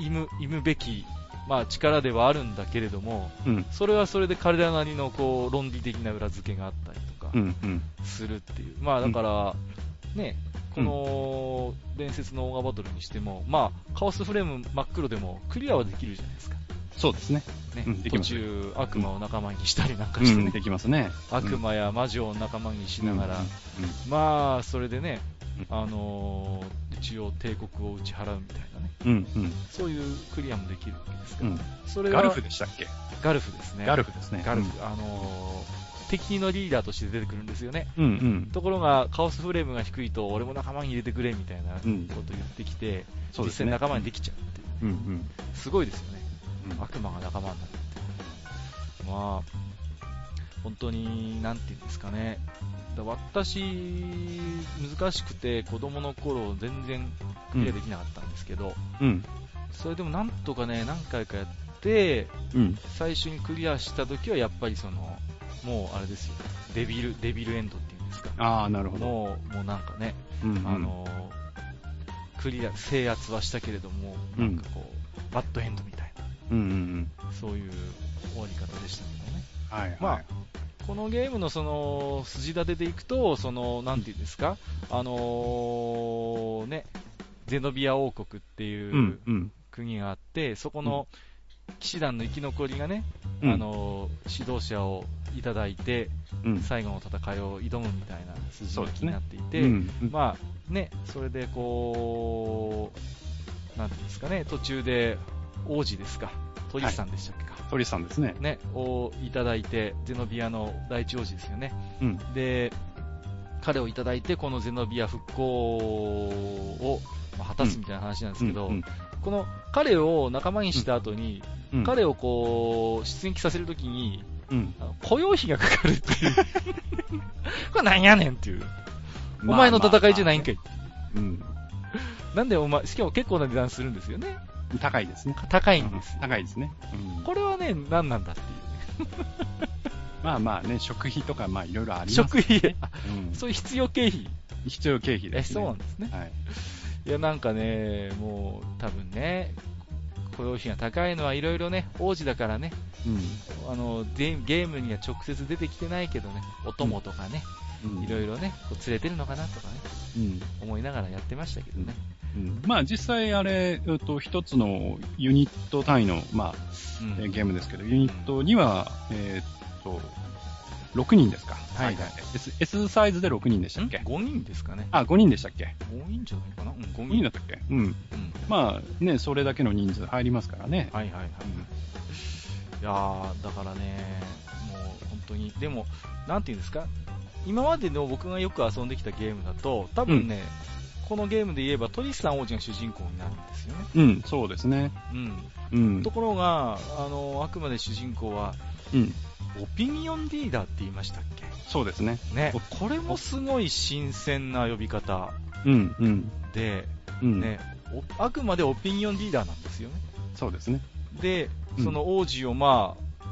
A: いむ、いむべき、まあ、力ではあるんだけれども、
B: うん、
A: それはそれで彼らなりのこう論理的な裏付けがあったりとか
B: う、ん、うん。
A: するっていう、まあだから、ね、この伝説のオーガバトルにしても、まあ、カオスフレーム真っ黒でもクリアはできるじゃないですか、
B: そうですね。
A: ね
B: うんで
A: 途
B: きます
A: 中、悪魔を仲間にしたりなんか
B: う
A: して
B: ん、
A: ね、
B: できますね。
A: 悪魔や魔女を仲間にしながら、
B: うん、うん
A: まあ、それでね、あのー一応帝国を打ち払うみたいなね、
B: うん、うん、
A: そういうクリアもできるわけですか
B: う
A: ら、
B: ん。
A: それは
B: ガルフでしたっけ
A: ガルフですね。
B: ガルフですね。
A: ガルフあのー敵のリーダーとして出てくるんですよね。
B: うん、うん。
A: ところがカオスフレームが低いと俺も仲間に入れてくれみたいなこと
B: うん
A: 言ってきて、
B: そ
A: 実
B: うです
A: 際
B: ね。
A: 仲間にできちゃうっていう
B: うん、うん。
A: すごいですよね
B: うん
A: 悪魔が仲間になるってまあ本当に何て言うんですかねだ私難しくて子供の頃全然クリアできなかったんですけど、
B: うん、
A: それでもなんとかね何回かやって
B: うん。
A: 最初にクリアした時はやっぱりそのもうあれですよデビルデビルエンドっていうんですか
B: ああ、なるほど。
A: もうもうなんかね
B: うんうん
A: あのークリア、制圧はしたけれども、
B: う
A: なんんかこう、バッドエンドみたいな、
B: うんうんうん。
A: そういう終わり方でしたけどね。
B: はい。
A: まあ、このゲームのその、筋立てでいくと、その、なんていうんですか、あのーね、ゼノビア王国って
B: う、
A: いうん
B: うん。
A: 国があって、そこの騎士団の生き残りがね、
B: うん
A: あ、のー指導者をいただいて、
B: うん
A: 最後の戦いを挑むみたいな筋
B: そう
A: 書
B: です
A: き
B: ね
A: になっていて、
B: うんうん
A: まあね、それでこう、なんていうんですかね、途中で王子ですか、トリスさんでしたっけか、
B: 鳥さんですね。
A: ね、をいただいて、ゼノビアの第一王子ですよね。
B: うん。
A: で、彼をいただいて、このゼノビア復興をまあ果たすみたいな話なんですけど、
B: うん
A: この彼を仲間にした後に、
B: うん、
A: 彼をこう、出撃させるときに、
B: うん、
A: あの雇用費がかかるって いう。これなんやねんっていう。お
B: まあ
A: 前の戦いじゃないんかい。
B: うん。
A: なんでお前、しかも結構な値段するんですよね。
B: 高いですね。
A: 高いんですよ。
B: 高いですね。うん
A: これはね、何なんだっていうね。
B: まあまあね、食費とか、まあいろいろあります。
A: 食費、あ
B: う ん
A: そういう必要経費。
B: 必要経費
A: え、
B: です
A: そ
B: ね。
A: うなんですね。
B: はい。
A: いや、なんかね、もう、多分ね、雇用費が高いのはいろいろね、王子だからね、
B: う
A: あの、でゲームには直接出てきてないけどね、お供とかね、
B: ん。
A: いろ
B: い
A: いろね、こう連れてるのかなとかね、
B: ろ。うん。
A: 思いながらやってましたけどね。
B: うんまあ実際あれ、えっと、一つのユニット単位の、まあ、
A: うん
B: えーゲームですけど、ユニットには、えーっと、6人ですか。
A: はいはい
B: S, S サイズで6人でしたっけ
A: ?5 人ですかね。
B: あ、5人でしたっけ
A: 5人じゃないかなうん、5
B: ?5 人
A: 人
B: だったっけうん。
A: うん
B: まあね、それだけの人数入りますからね。
A: はいはいはい。いやー、だからね、もう本当に、でも、なんていうんですか、今までの僕がよく遊んできたゲームだと、多分ね、このゲームで言えばトリスタン王子が主人公になるんですよね。
B: うん、そうですね。
A: うん。
B: うん
A: と。ころが、あの、あくまで主人公は、
B: うん。
A: オピニオンリーダーって言いましたっけ
B: そうですね。
A: ね。これもすごい新鮮な呼び方
B: うん、うん。
A: で、
B: うん。
A: ね、おあくまでオピニオンリーダーなんですよね。
B: そうですね。
A: で、
B: うん
A: その王子をまあ、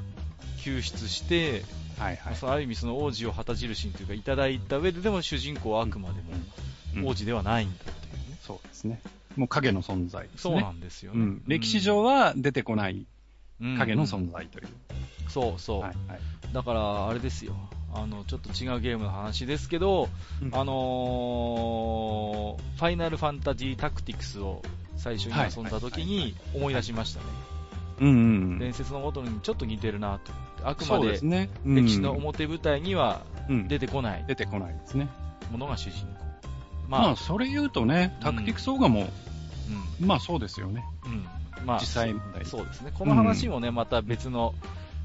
A: 救出して、
B: はいはい。
A: そのある意味その王子を旗印にというかいただいた上ででも主人公はあくまで
B: うん
A: も王子ではないんだっていうね。
B: そうですね。もう影の存在ですね。
A: そうなんですよ
B: う
A: ね。
B: ん。歴史上は出てこない
A: うん
B: 影の存在という。
A: そうそう。
B: はいはい。
A: だから、あれですよ。あの、ちょっと違うゲームの話ですけど、あのーファイナルファンタジータクティクスを最初に遊んだ時に思い出しましたね。
B: うんうんうん。
A: 伝説のごとにちょっと似てるなと思って。あくま
B: そうで
A: です
B: ね。うん
A: 歴史の表舞台には
B: うん
A: 出てこない
B: 出てこないですね。
A: ものが主人公。
B: ま
A: まあ
B: あ、、それ言うとね、タクティクスオーガも、まあそうですよね。
A: うん。うん。まあ、
B: 実際問題。
A: そうですね。この話もね、また別の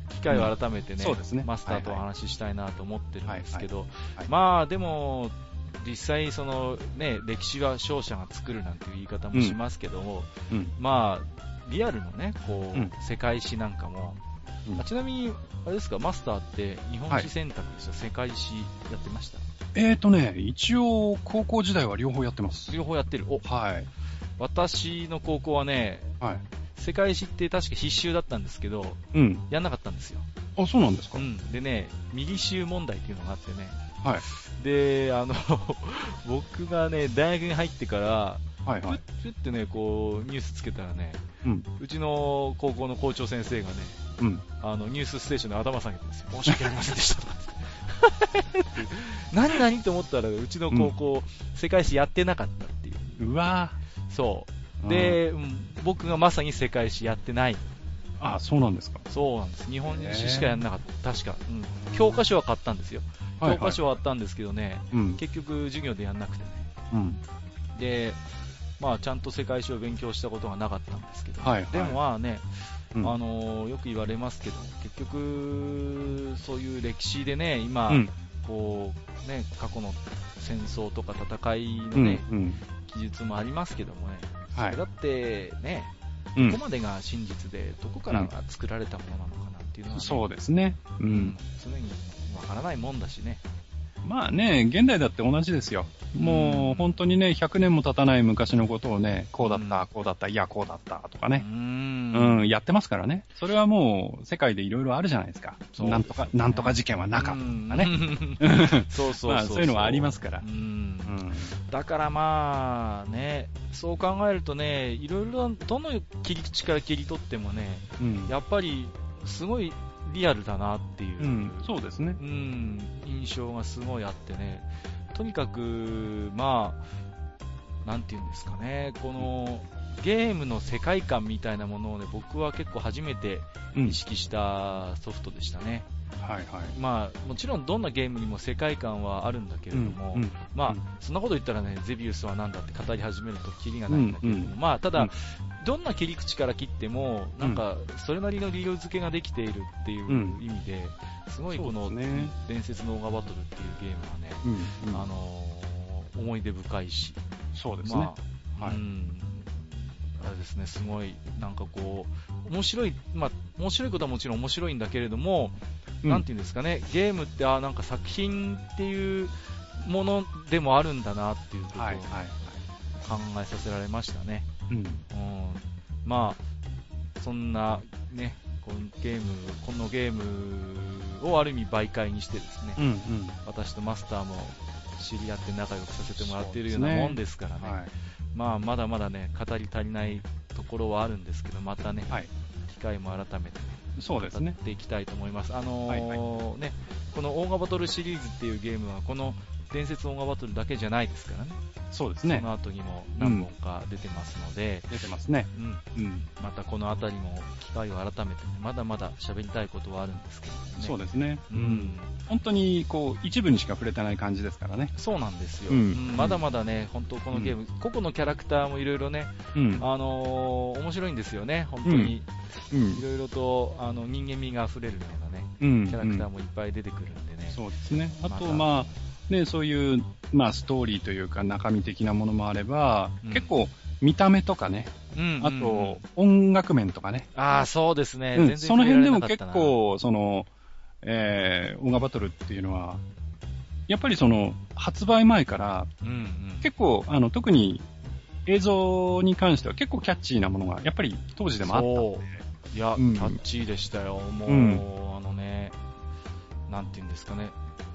A: 機会を改めてね、
B: そうですね
A: マスターとお
B: はいは
A: 話ししたいなと思ってるんですけど、
B: はい
A: まあでも、実際そのね、歴史は勝者が作るなんていう言い方もしますけども、
B: うん。
A: まあ、リアルのね、こう、
B: うん
A: 世界史なんかも、
B: うん
A: あちなみに、あれですか、マスターって日本史選択でした、世界史やってました
B: えーとね、一応、高校時代は両方やってます。
A: 両方やってる。お、
B: はい。
A: 私の高校はね、
B: はい。
A: 世界史って確か必修だったんですけど、
B: うん。
A: やんなかったんですよ。
B: あ、そうなんですか。
A: うん、でね、右周問題っていうのがあってね、
B: はい。
A: で、あの、 僕がね、大学に入ってから、
B: はい
A: プ
B: は
A: ッ
B: い。
A: プッってね、こう、ニュースつけたらね、
B: うん。
A: うちの高校の校長先生がね、
B: うん。
A: あの、ニュースステーションで頭下げてますよ。申し訳ありませんでした。とかって 何何と思ったら、うちの高校、世界史やってなかったっていう。
B: うわ
A: そう。で、うん僕がまさに世界史やってない。
B: ーあ、そうなんですか。
A: そうなんです。日本史しかやんなかった。確か。うん
B: うん
A: 教科書は買ったんですよ。
B: はいは
A: 教
B: い
A: 科書はあったんですけどね、
B: うん。
A: 結局授業でやんなくてね。
B: うん。
A: で、まあちゃんと世界史を勉強したことがなかったんですけど、
B: はいはい
A: でもまあね、
B: うん
A: あのーよく言われますけど、結局、そういう歴史でね、今、
B: うん。
A: こう、ね、過去の戦争とか戦いの
B: うん
A: ね、
B: うん。
A: 記述もありますけどもね、
B: はい
A: だ。ってね、
B: う
A: どこ
B: ん。
A: までが真実で、どこからが作られたものなのかなっていうのはね、
B: そうですね。う
A: うんん。常にわからないもんだしね。
B: まあね、現代だって同じですよ。も
A: う
B: うん本当にね、100年も経たない昔のことをね、こうだっ
A: う
B: た
A: ん、
B: こうだった、いや、こうだった、とか
A: う
B: ね。
A: ん
B: うん、やってますからね。それはもう、世界でいろいろあるじゃないですか。
A: そうです
B: なんとか、なんとか事件はなかったとかね。
A: うん。そうそうそうそう。
B: まあ、そういうのはありますから
A: う。ん
B: うん。
A: だからまあね、そう考えるとね、いろいろどの切り口から切り取ってもね、
B: うん。
A: やっぱりすごいリアルだなっていう、
B: うん、そうですね。
A: うん印象がすごいあってね、とにかく、まあ、なんていうんですかね、このゲームの世界観みたいなものをね、僕は結構初めて
B: うん
A: 意。識したソフトでしたね。
B: はいはい。
A: まあ、もちろんどんなゲームにも世界観はあるんだけれども、
B: うんうん
A: まあ、
B: うん
A: そんなこと言ったらね、ゼビウスはなんだって語り始めるとキリがないんだけれども、
B: うんうん
A: まあ、ただ、
B: うん
A: どんな切り口から切っても、なんか、それなりの理由付けができているっていう
B: うん
A: 意味で、すごいこの、
B: そうですね
A: 伝説のオーガバトルっていうゲームはね、
B: うんうん
A: あのー思い出深いし、
B: そうですね
A: ま。あ、
B: は
A: う
B: い。
A: ん、あれですね、すごい、なんかこう、面白い、まあ、面白いことはもちろん面白いんだけれども、
B: うん
A: なんていうんですかね、ゲームって、あなんか作品っていうものでもあるんだなっていうことを
B: はいはいはい。
A: 考えさせられましたね。
B: うん。
A: うん、まあ、そんな、ね、このゲーム、このゲームをある意味媒介にしてですね、
B: うんうん。
A: 私とマスターも知り合って仲良くさせてもらっているよう
B: そ
A: な
B: うですね
A: もんですからね、
B: は
A: まあ、まだまだね、語り足りないところはあるんですけど、またね
B: い。、はい。
A: 機会も改めてね、
B: そうですね
A: やっ。ていきたいと思います。あのー
B: はい
A: ね、このオーガバトルシリーズっていうゲームは、この伝説オーガバトルだけじゃないですからね。
B: そうですね
A: そ。の後にも何本か出てますので、
B: 出てますね。
A: うん、
B: うん。
A: またこの辺りも機会を改めてね、まだまだ喋りたいことはあるんですけどね。
B: そうですね。
A: う。ん。
B: 本当に、こう、一部にしか触れてない感じですからね。
A: そうなんですよ、
B: うん
A: うんまだまだね、本当このゲーム、個々のキャラクターもいろいろね、
B: うん。
A: あのー面白いんですよね、本当に。
B: う
A: い
B: ん。
A: ろいろと、あの、人間味が溢れるようなね、
B: うん。
A: キャラクターもいっぱい出てくるんでね。
B: そうですね。あと、
A: また
B: まあ、で、そういう、まあ、ストーリーというか中身的なものもあれば、
A: うん
B: 結構見た目とかね、
A: うん、
B: あ
A: うん
B: と、音楽面とかね、
A: ああ、そうですね。
B: うん
A: 全然
B: その辺でも
A: 触れ
B: 結
A: られなかったな、
B: 構、その、えー、オガバトルっていうのは、やっぱりその、発売前から、
A: うんうん、
B: 結構、あの、特に映像に関しては結構キャッチーなものが、やっぱり当時でもあったので、
A: いや、
B: うん
A: キャッチーでしたよ。もう、
B: うん
A: あのね、なんて言うんですかね。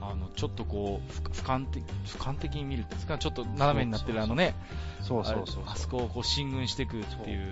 A: あの、ちょっとこう、ふ俯瞰的、俯瞰的に見るっていうんですか、ちょっと斜めになってるあのね、
B: そうそうそう
A: あれあそこをこう進軍していくっていう。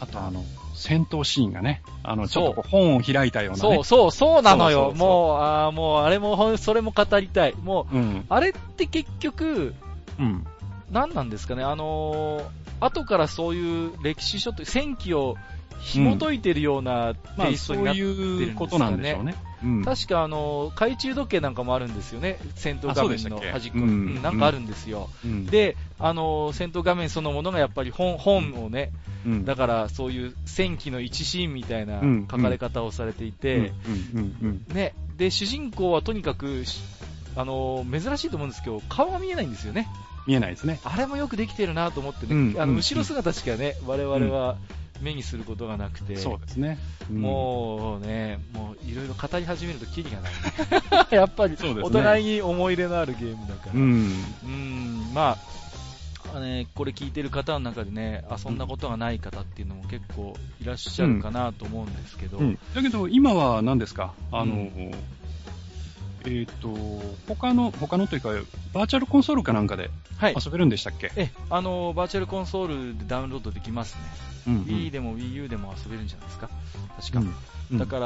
B: あとあの、戦闘シーンがね、あの、ちょっとこう本を開いたような
A: そ
B: ね
A: う。そう、そうなのよ。
B: そうそうそう
A: もう、ああ、もう、あれも、ほんそれも語りたい。もう、
B: うん。
A: あれって結局、
B: うん。
A: 何なんですかね、あのー後からそういう歴史書と戦記を紐解いてるような
B: ま
A: テ
B: あ、
A: イス
B: そ
A: ト
B: う
A: になっ
B: いうことなんでしょうね。うん。
A: 確かあの懐中時計なんかもあるんですよね、戦闘
B: あそ
A: 画
B: うで
A: 面
B: したっ
A: の
B: け
A: 端っこ
B: う
A: に、
B: ん
A: うんなんかあるんですよ、
B: うん、
A: であの戦闘画面そのものがやっぱり本本をね、
B: うん
A: だからそういう戦記の一シーンみたいな
B: うん
A: 書かれ方をされていて、
B: うんうんうん
A: ね、で主人公はとにかくしあの珍しいと思うんですけど、顔が見えないんですよね、
B: 見えないですね。あ
A: あれもよくできてるなと思ってね、
B: うん
A: あ
B: う
A: の
B: ん
A: 後ろ姿しかね、我々は目にすることがなくて。
B: そうですね。うん
A: もうね、もういろいろ語り始めるとキリが ない。やっぱり
B: そうですね
A: お互いに思い入れのあるゲームだから。
B: う
A: うん
B: ん。
A: まあ、あね、これ聞いてる方の中でね、遊んだことがない方っていうのも結構いらっしゃるかなと思うんですけど、
B: うんだけど、今は何ですかあの、
A: うん
B: えっ、と、他の、他のというか、バーチャルコンソールかなんかで
A: はい。
B: 遊べるんでしたっけ、
A: え、あの、バーチャルコンソールでダウンロードできますね。
B: うんうん
A: Wii でも Wii U でも遊べるんじゃないですか。確か。
B: うん
A: だか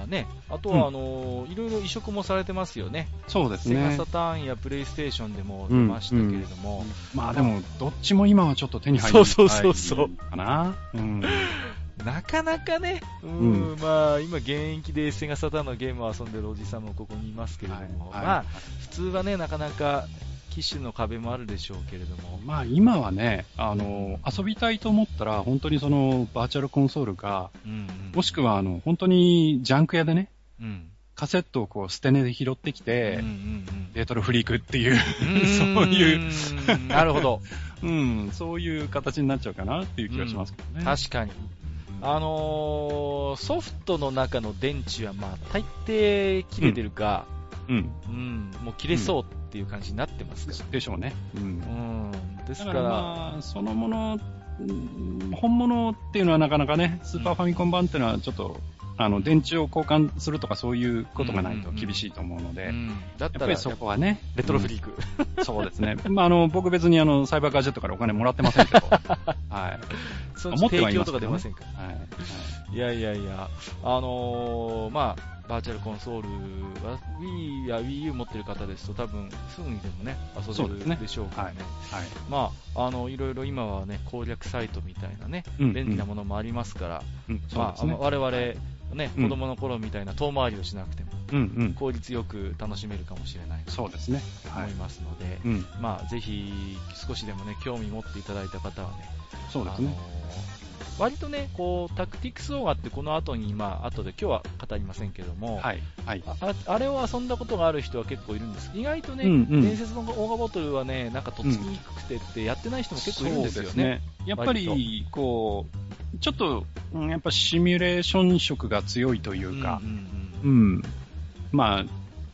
A: らね、あとはあの、いろいろ移植もされてますよね。
B: そうです
A: セガ
B: ね
A: サ。ターンやプレイステーションでも出ましたけれども、
B: まあでも、どっちも今はちょっと手に入
A: そうそうそうそう
B: 入らないかな。うん。
A: なかなかね、うん、
B: う
A: まあ、今現役でセガサターンのゲームを遊んでるおじさんもここにいますけれども、
B: はい
A: ま
B: は
A: あ、普通はね、なかなか機種の壁もあるでしょうけれども、
B: まあ今はね、あの、遊びたいと思ったら、本当にその、バーチャルコンソールか、
A: うんうん、
B: もしくはあの、本当にジャンク屋でね、
A: うん、
B: カセットをこう、捨て値で拾ってきて、
A: うんうん
B: レトロフリークっていう、
A: うん、
B: そういう、
A: うん、なるほど、
B: うん、 そういう形になっちゃうかなっていう気がしますけどね。
A: 確かに。あのーソフトの中の電池は、まあ、大抵切れてるか、
B: うん。
A: うん、もう切れそうっていう感じになってますから。
B: でしょうね。うん。
A: うん、です
B: だ
A: か
B: から
A: ら、
B: まあ、そのもの、うん本物っていうのはなかなかね、スーパーファミコン版っていうのはちょっと、あの、電池を交換するとかそういうことがないと厳しいと思うので、
A: うん、だった
B: やっぱ
A: ら、
B: りそこはね、
A: レトロフリーク。
B: うんそうですね。まあ、あの、僕別にあの、サイバーガジェットからお金もらってませ んけど、はい。
A: そ
B: 持っては
A: 提
B: い
A: 供と
B: ま
A: か
B: す
A: 出
B: けどね
A: ませんか
B: はい。
A: いやいやいや、あのーまあ、バーチャルコンソールは Wii や WiiU 持ってる方ですと多分すぐにでもね、遊
B: そう
A: べ
B: ですね
A: るでしょうからね。
B: はい。
A: まあ、あの、いろいろ今はね、攻略サイトみたいなね、
B: うん
A: 便利なものもありますから、
B: うん、そう
A: ま
B: で
A: あ、
B: すね。
A: 我々、ね、
B: うん
A: 子供の頃みたいな遠回りをしなくても、
B: うんうん。
A: 効率よく楽しめるかもしれないと
B: そうですね。は
A: 思
B: い
A: い。ますので、
B: うん。
A: まあ、ぜひ、少しでもね、興味持っていただいた方はね、
B: そうですね。
A: あのー割とね、こう、タクティクスオーガってこの後に、まあ、後で今日は語りませんけども、
B: はい。はい。
A: あああれを遊んだことがある人は結構いるんです。意外とね、
B: うんうん
A: 伝説のオーガボトルはね、なんかとっつきにくくてってやってない人も結構いるんですよ
B: そう
A: ね。
B: やっぱり、こう、ちょっと、うんやっぱシミュレーション色が強いというか
A: うん、うん
B: う
A: うん
B: ん。まあ、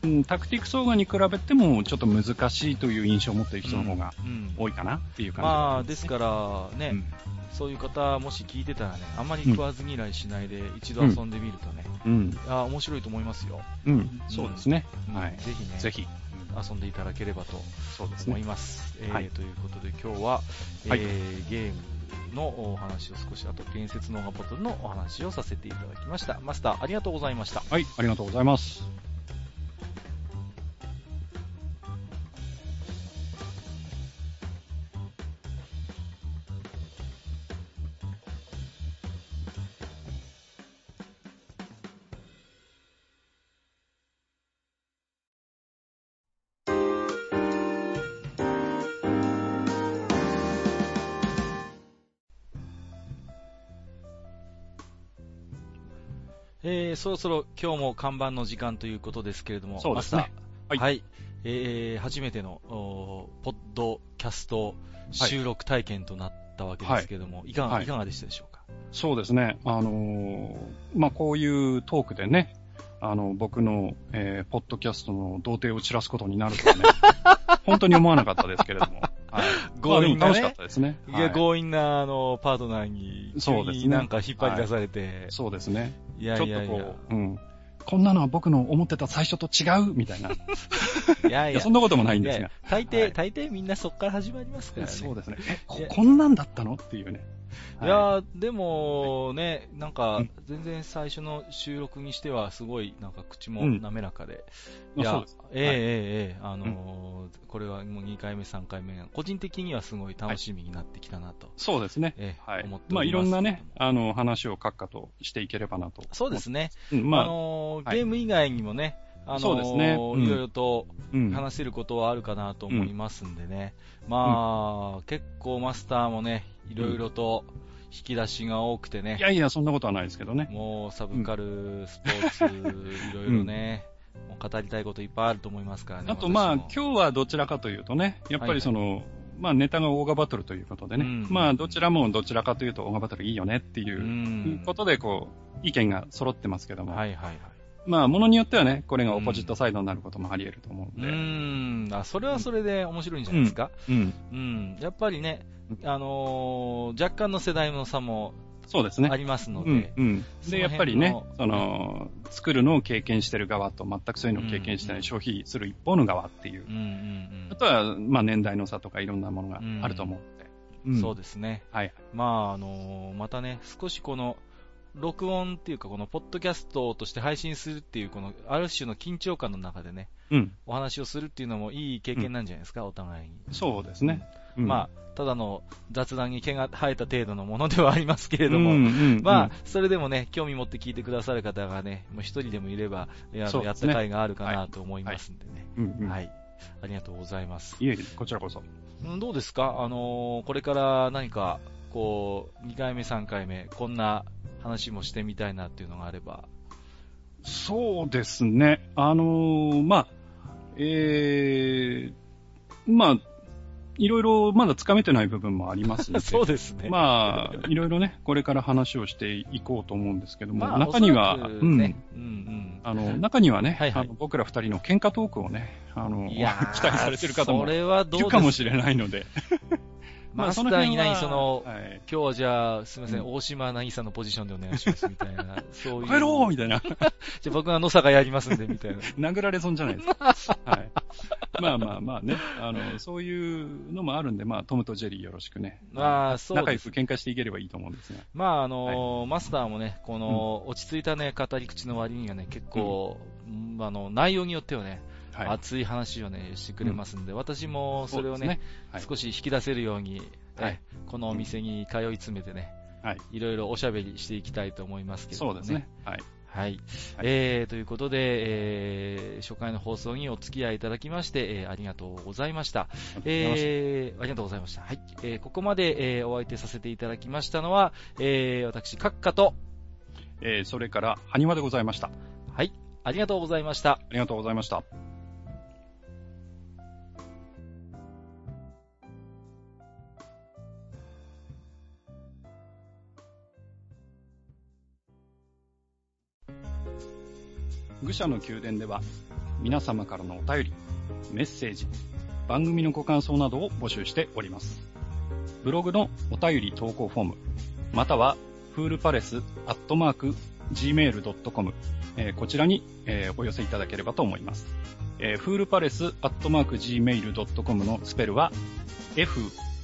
B: うんタクティクスオーガに比べても、ちょっと難しいという印象を持っている人の方が
A: うん
B: 多いかなっていう感じ
A: まあ、ですからね、
B: うん
A: そういう方、もし聞いてたらね、あんまり食わず嫌いしないで、一度遊んでみるとね、
B: うん。
A: あー面白いと思いますよ。
B: うん。そうですね。
A: うん
B: はい。
A: ぜひね、
B: ぜひ。
A: 遊んでいただければと
B: そうです
A: 思い
B: ね。
A: ます。えー
B: はい
A: ということで今日は、えー
B: はい
A: ゲームのお話を少し、あと建設のガボトルのお話をさせていただきました。マスター、ありがとうございました。
B: はい。ありがとうございます。
A: えーそろそろ今日も看板の時間ということですけれども、
B: そうですね
A: マスター
B: はい
A: えー初めての、おーポッドキャスト収録体験となったわけですけども、い、かが、
B: はい
A: いかがでしたでしょうか
B: そうですね。あのーまあ、こういうトークでね、あの、僕の、えーポッドキャストの童貞を散らすことになる とはね、本当に思わなかったですけれども。はい。
A: 強引
B: ま
A: なね
B: あでも楽しかったですね。
A: いや、
B: はい
A: 強引な、あの、パートナーに、急
B: そうですね
A: になんか引っ張り出されて、
B: そうですね。
A: いやいやい
B: ちょっ
A: や
B: とこ、う、うん。こんなのは僕の思ってた最初と違うみたいな。い
A: いやい
B: や、
A: や
B: そん、なこともないん
A: い
B: で
A: や
B: す
A: い
B: が
A: や。大
B: は
A: 抵、
B: い
A: 大抵みんなそこから始まります からね。
B: そうですね。え、こ
A: いや
B: こんなんだったのっていうね。
A: い
B: はい
A: やーでもね、なん
B: う
A: か
B: ん、
A: 全然最初の収録にしては、すごい、なんか口も
B: うん
A: 滑らかで。
B: まあ
A: いや
B: そうです、
A: ええええええあのーこれはもう2回目、3回目、個人的にはすごい楽しみになってきたなと。
B: そうですね。
A: ええ
B: はい。
A: 思っております
B: まあ、いろんなね、あの、話を閣下としていければなと。
A: そうですね。
B: うん。ま
A: あ
B: あ、
A: のー
B: はい
A: ゲーム以外にもね、あのー
B: そうですねうん
A: いろいろと
B: うん。
A: 話せることはあるかなと思いますんでね。まあ、結構マスターもね、いろいろと引き出しが多くてね
B: い。やいや、そんなことはないですけどね。
A: もうサブカル、スポーツ、いろいろね、もう語りたいこといっぱいあると思いますからね。
B: あと、まあ、
A: 私も
B: 今日はどちらかというとね、やっぱりその、まあ、ネタがオーガバトルということでね、
A: うん
B: まあ、どちらもどちらかというとオーガバトルいいよねっていうう、
A: ん。
B: ことで、こう、意見が揃ってますけども、
A: はいはいはい。
B: まあ、ものによってはね、これがオポジットサイドになることもあり得ると思う
A: うん
B: で、
A: ん。あ、それはそれで面白いんじゃないですか。
B: うん
A: うん。やっぱりね、あのー若干の世代の差も
B: そうですね
A: あ。りますので、
B: うんうん、
A: その辺の
B: で、やっぱりね、その、作るのを経験してる側と、全くそういうのを経験してな
A: うんうん
B: い、消費する一方の側っていう
A: うん、うん
B: あとは、まあ、年代の差とかいろんなものがあると思うので、
A: うん。そう
B: で
A: ですね。
B: す。はい。
A: まあ、あのーまたね、少しこの、録音っていうか、この、ポッドキャストとして配信するっていう、この、ある種の緊張感の中でね、
B: うん、
A: お話をするっていうのもいい経験なんじゃないですか、お互いに。
B: そうですね。うん
A: まあ、ただの雑談に毛が生えた程度のものではありますけれど
B: う
A: も、
B: んうんうん
A: まあ、それでもね、興味持って聞いてくださる方がね、もう一人でもいれば、や,、
B: そう
A: や
B: で
A: っ
B: す
A: た
B: ね
A: 回があるかなと思いますんでね。
B: うんうん
A: はい。ありがとうございます。
B: いえいえ、こちらこそ。
A: うんどうですかあのーこれから何か、こう、2回目、3回目、こんな話もしてみたいなっていうのがあれば。
B: そうですね。あのーまあ、えー、まあ、いろいろまだつかめてない部分もありますの で、
A: そうですね。
B: まあ、いろいろね、これから話をしていこうと思うんですけども、
A: まあ
B: 中には、
A: おそらく
B: うん
A: ね、うんうん。
B: あの、中にはね、
A: はいはい
B: あの僕ら二人の喧嘩トークをね、あの、
A: い
B: 期
A: やー
B: 待されてる方
A: そ
B: もい
A: れはどう
B: る
A: です
B: かもしれない ので、
A: マスタ
B: の
A: ー
B: 辺
A: に
B: は
A: 何その、
B: はい、
A: 今日はじゃあ、すみません、
B: うん
A: 大島渚のポジションでお願いします、みたい な。そういう。
B: 帰ろうみたいな、
A: じゃあ僕は野坂やりますんで、みたいな。
B: 殴られ損じゃないですか。はい。まあまあまあね、あの、そういうのもあるんで、まあ、トムとジェリーよろしくね。
A: まあ、そう
B: 仲
A: で
B: 良
A: す
B: く。喧嘩していければいいと思うんですが。
A: まあ、あのーマスターもね、この、落ち着いたね、語り口の割にはね、結構、うんあの、内容によってはね、
B: はい。
A: 熱い話をね、してくれますんで、私もそれを
B: そうで
A: ね
B: す、はい
A: 少し引き出せるように、
B: はい
A: えこのお店に通い詰めてね、
B: はい。
A: いろいろおしゃべりしていきたいと思いますけれど
B: そ
A: も
B: うですね。はい。
A: はい。えー、ということで、えー、初回の放送にお付き合いいただきまして、えー、ありがとうございました。えー、ありがとうございました。はい。えー、ここまで、えー、お相手させていただきましたのは、えー、私、カッカと、
B: えーそれから、埴輪でございました。あ
A: はい。ありがとうございました。
B: りがとうございました。愚者の宮殿では、皆様からのお便り、メッセージ、番組のご感想などを募集しております。ブログのお便り投稿フォーム、または、フールパレスアットマーク gmail.com、えーこちらに、えーお寄せいただければと思います。えー、フールパレスアットマーク gmail.com のスペルは、f,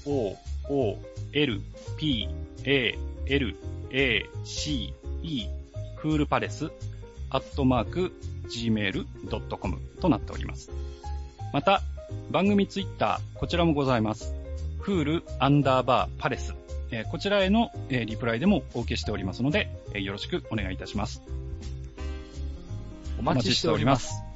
B: o, o, l, p, a, l, a, c, e, フールパレスアットマーク gmail.com となっております。また、番組ツイッター、こちらもございます。フールアンダーバーパレス。えーこちらへの、えーリプライでもお受けしておりますので、えーよろしくお願いいたします。
A: お
B: お
A: 待ちしております。
B: す。